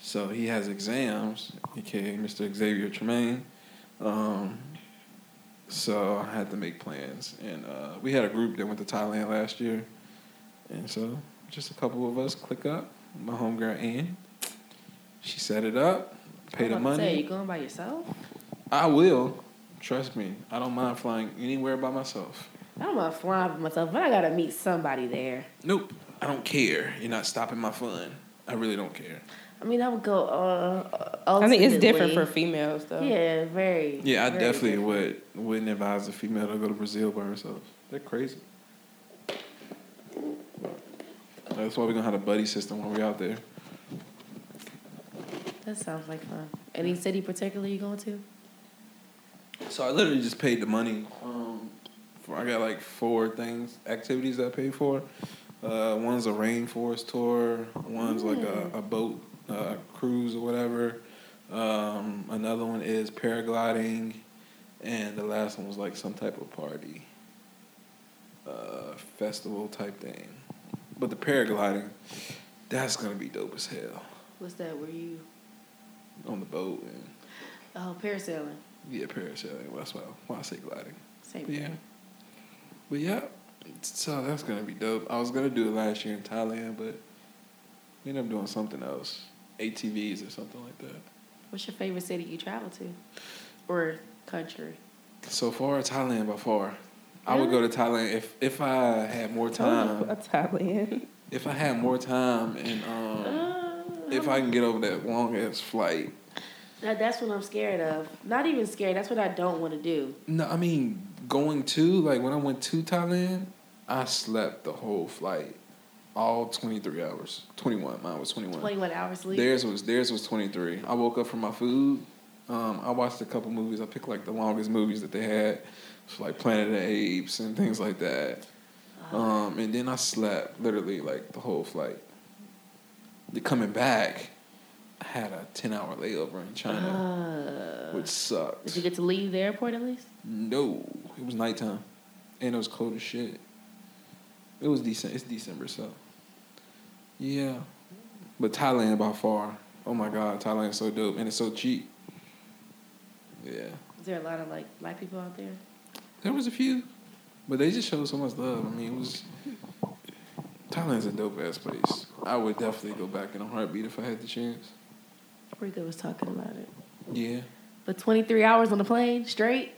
Speaker 6: so he has exams, aka Mr. Xavier Tremaine. Um, so I had to make plans, and uh, we had a group that went to Thailand last year, and so just a couple of us click up. My homegirl Ann, she set it up,
Speaker 5: I'm
Speaker 6: paid the
Speaker 5: about to
Speaker 6: money.
Speaker 5: Say, you going by yourself?
Speaker 6: I will, trust me. I don't mind flying anywhere by myself.
Speaker 5: I'm not flying by myself, but I gotta meet somebody there.
Speaker 6: Nope. I don't care. You're not stopping my fun. I really don't care.
Speaker 5: I mean, I would go. Uh,
Speaker 4: I think it's different for
Speaker 5: ultimately-
Speaker 4: females, though.
Speaker 5: Yeah, very.
Speaker 6: Yeah, I
Speaker 5: very
Speaker 6: definitely
Speaker 5: different.
Speaker 6: would wouldn't advise a female to go to Brazil by herself. They're crazy. That's why we're gonna have a buddy system when we're out there.
Speaker 5: That sounds like fun. Any city particular you going to?
Speaker 6: So I literally just paid the money. Um, for I got like four things, activities that I paid for. Uh, one's a rainforest tour. One's like a, a boat uh, cruise or whatever. Um, another one is paragliding, and the last one was like some type of party, uh, festival type thing. But the paragliding, that's gonna be dope as hell
Speaker 5: What's that? Were you
Speaker 6: on the boat and
Speaker 5: oh parasailing?
Speaker 6: yeah, parasailing. That's why why I say gliding.
Speaker 5: Same
Speaker 6: Yeah.
Speaker 5: thing.
Speaker 6: But yeah, so that's gonna be dope. I was gonna do it last year in Thailand, but we ended up doing something else, ATVs or something like that.
Speaker 5: What's your favorite city you travel to, or country?
Speaker 6: So far, Thailand by far. I would go to Thailand if if I had more time.
Speaker 4: Italian.
Speaker 6: If I had more time and
Speaker 5: Oh.
Speaker 6: um,
Speaker 5: Uh,
Speaker 6: if I can get over that long ass flight.
Speaker 5: Now, that's what I'm scared of. Not even scared. That's what I don't want to do.
Speaker 6: No, I mean going to like when I went to Thailand, I slept the whole flight, all twenty three hours, twenty one. Mine was twenty one.
Speaker 5: 21 hours sleep.
Speaker 6: Theirs was theirs was twenty three. I woke up from my food. Um, I watched a couple movies. I picked like the longest movies that they had, so, like Planet of the Apes and things like that.
Speaker 5: Uh-huh.
Speaker 6: Um, and then I slept literally like the whole flight. The coming back, I had a ten hour layover in China,
Speaker 5: Uh,
Speaker 6: which sucked.
Speaker 5: did you get to leave the airport at least?
Speaker 6: No, it was nighttime, and it was cold as shit. It was decent. It's December, so yeah. But Thailand by far. Oh my God, Thailand's so dope, and it's so cheap. Yeah,
Speaker 5: Is there a lot of like black people out there?
Speaker 6: there was a few, but they just showed so much love. I mean, it was Thailand's a dope ass place. I would definitely go back in a heartbeat if I had the chance.
Speaker 5: Rika was talking about it.
Speaker 6: Yeah,
Speaker 5: But 23 hours on the plane straight?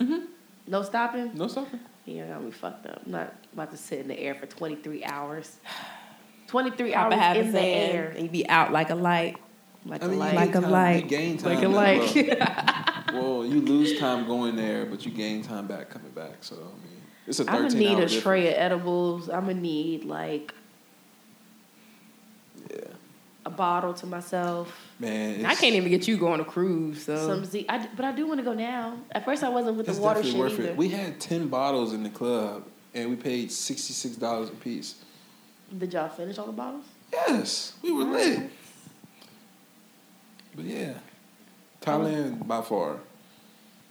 Speaker 5: Mm-hmm. No stopping?
Speaker 6: no stopping.
Speaker 5: Yeah, I got me fucked up. I'm not about to sit in the air for 23 hours. 23
Speaker 4: Papa
Speaker 5: hours
Speaker 4: having
Speaker 5: in the air.
Speaker 4: and you be out like a light.
Speaker 5: Like
Speaker 6: I mean,
Speaker 5: a
Speaker 6: you
Speaker 4: Like
Speaker 5: light.
Speaker 6: gain
Speaker 4: a
Speaker 6: time-
Speaker 4: light.
Speaker 6: you gain time.
Speaker 5: Like a
Speaker 6: as
Speaker 5: light.
Speaker 6: well. Well, you lose time going there, but you gain time back coming back. So I mean, it's a
Speaker 5: I'm
Speaker 6: thirteen
Speaker 5: going to need
Speaker 6: hour
Speaker 5: a
Speaker 6: difference.
Speaker 5: tray of edibles. I'm going to need like
Speaker 6: Yeah,
Speaker 5: a bottle to myself.
Speaker 6: man.
Speaker 7: I
Speaker 6: it's-
Speaker 7: can't even get you going to cruise. So
Speaker 5: Some Z. I, d- but I do want to go now. At first, I wasn't with
Speaker 6: It's
Speaker 5: the water
Speaker 6: definitely
Speaker 5: shit
Speaker 6: worth
Speaker 5: either.
Speaker 6: it. We had ten bottles in the club, and we paid sixty six dollars a piece.
Speaker 5: Did y'all finish all the bottles?
Speaker 6: Yes, we were
Speaker 5: Mm-hmm.
Speaker 6: lit. But yeah, Thailand by far.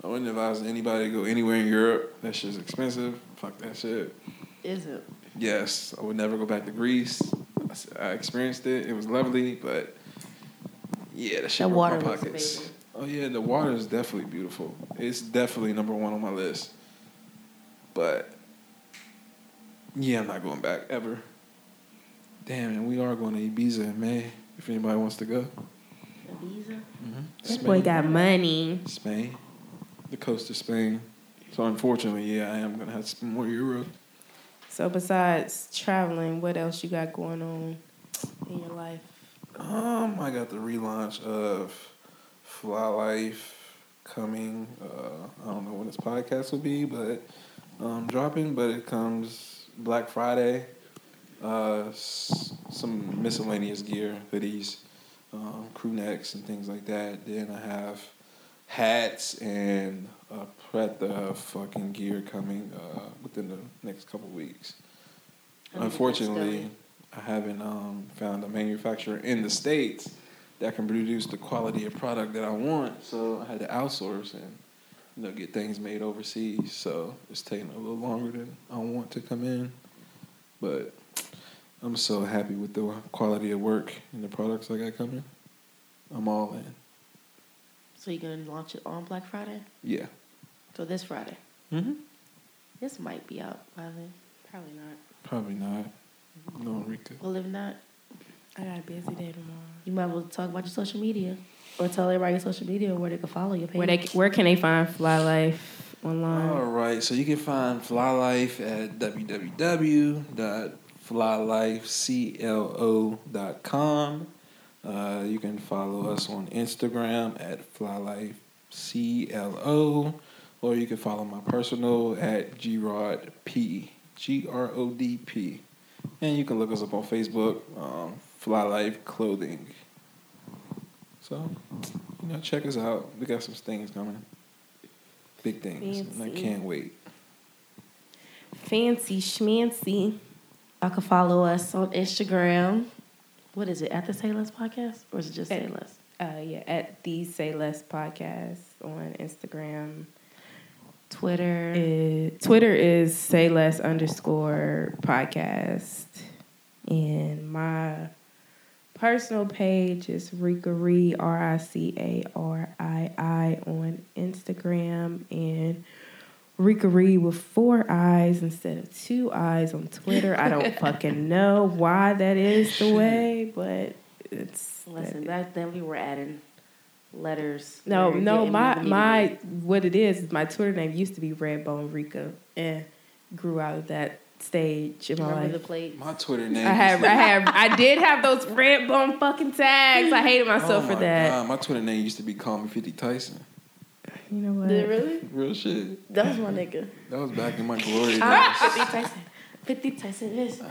Speaker 6: I wouldn't advise anybody to go anywhere in Europe. That shit's expensive. Fuck that shit.
Speaker 5: Isn't.
Speaker 6: Yes, I would never go back to Greece. I s- I experienced it. It was lovely, but yeah, the shit
Speaker 5: The
Speaker 6: broke
Speaker 5: water
Speaker 6: my
Speaker 5: was
Speaker 6: pockets.
Speaker 5: amazing.
Speaker 6: oh yeah, the water is definitely beautiful. It's definitely number one on my list. But yeah, I'm not going back ever. Damn, and we are going to Ibiza in May if anybody wants to go.
Speaker 5: A visa?
Speaker 4: This boy got money.
Speaker 6: Spain, the coast of Spain. So unfortunately, yeah, I am gonna have to spend more euro.
Speaker 4: So besides traveling, what else you got going on in your life?
Speaker 6: Um, I got the relaunch of Fly Life coming. Uh, I don't know when this podcast will be, but um, dropping. But it comes Black Friday. Uh, s- some miscellaneous gear, hoodies, um, crew necks, and things like that. Then I have hats and a breadth of fucking gear coming uh, within the next couple weeks.
Speaker 5: I mean,
Speaker 6: Unfortunately,
Speaker 5: that's
Speaker 6: I haven't um, found a manufacturer in the states that can produce the quality of product that I want. So I had to outsource and you know get things made overseas. So it's taking a little longer than I want to come in, but I'm so happy with the quality of work and the products I got coming. I'm all in.
Speaker 5: So you're going to launch it on Black Friday?
Speaker 6: Yeah.
Speaker 5: So this Friday?
Speaker 6: Mm-hmm.
Speaker 5: This might be out by then. Probably not.
Speaker 6: Probably not. No, Rika.
Speaker 5: Well, if not,
Speaker 4: I got a busy day tomorrow.
Speaker 5: you might as well talk about your social media or tell everybody your social media where they can follow your page.
Speaker 4: Where they where can they find Fly Life online?
Speaker 6: All right, so you can find Fly Life at www.flylifeclo.com. Uh, you can follow us on Instagram at flylifeclo, or you can follow my personal at grodp, G R O D P. And you can look us up on Facebook, um, Fly Life Clothing. So, you know, check us out. We got some things coming. Big things. And I
Speaker 4: Fancy.
Speaker 6: can't wait.
Speaker 4: Fancy schmancy.
Speaker 5: Y'all can follow us on Instagram. What is it? At the Say Less Podcast? Or is it just Say
Speaker 4: At-
Speaker 5: Less?
Speaker 4: Uh, yeah, at the Say Less podcast on Instagram.
Speaker 5: Twitter.
Speaker 4: It, Twitter is Say Less underscore podcast, and my personal page is Rika Ree R I C A R I I on Instagram and. Rika Ree with four eyes instead of two eyes on Twitter. I don't fucking know why that is the way, but it's
Speaker 5: Listen, back then we were adding letters.
Speaker 4: No,
Speaker 5: We were
Speaker 4: no,
Speaker 5: getting
Speaker 4: my
Speaker 5: them
Speaker 4: my
Speaker 5: immediately.
Speaker 4: what it is, my Twitter name used to be Redbone Rika and grew out of that stage in my
Speaker 5: Remember the
Speaker 4: life.
Speaker 5: plate?
Speaker 6: My Twitter name.
Speaker 4: I have
Speaker 6: used to-
Speaker 4: I have I did have those red bone fucking tags. I hated myself
Speaker 6: Oh
Speaker 4: for
Speaker 6: my
Speaker 4: that.
Speaker 6: God, my Twitter name used to be Call Me Fifty Tyson.
Speaker 4: You know what?
Speaker 5: Did it really?
Speaker 6: Real shit.
Speaker 5: That was my nigga.
Speaker 6: That was back in my glory days.
Speaker 5: Ah, 50 Tyson. 50 Tyson this. Uh,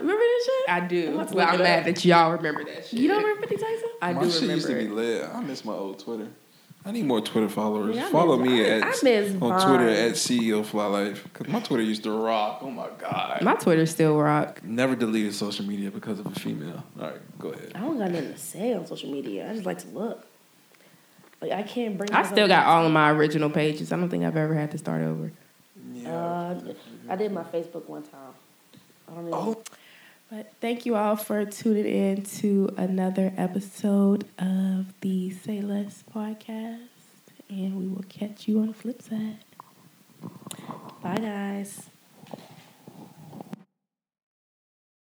Speaker 5: remember this shit?
Speaker 7: I do.
Speaker 5: I'm about to
Speaker 7: Well,
Speaker 5: look
Speaker 7: I'm
Speaker 5: it
Speaker 7: mad
Speaker 5: up.
Speaker 7: that y'all remember that shit.
Speaker 5: You don't remember 50 Tyson?
Speaker 7: I do
Speaker 6: my shit
Speaker 7: remember
Speaker 6: used to be
Speaker 7: it.
Speaker 6: lit. I miss my old Twitter. I need more Twitter followers.
Speaker 5: Yeah, I
Speaker 6: Follow
Speaker 5: miss-
Speaker 6: me
Speaker 5: I-
Speaker 6: at
Speaker 5: I miss
Speaker 6: on Twitter
Speaker 5: Vine.
Speaker 6: at CEO Fly Life because my Twitter used to rock. Oh my god!
Speaker 4: My Twitter still rock.
Speaker 6: Never deleted social media because of a female. All right, go ahead.
Speaker 5: I don't got nothing to say on social media. I just like to look. Like I can't bring.
Speaker 4: I
Speaker 5: myself-
Speaker 4: still got all of my original pages. I don't think I've ever had to start over.
Speaker 5: Uh, I did my Facebook one time. I don't know.
Speaker 6: Oh.
Speaker 4: But thank you all for tuning in to another episode of the Say Less podcast. And we will catch you on the flip side.
Speaker 5: Bye guys.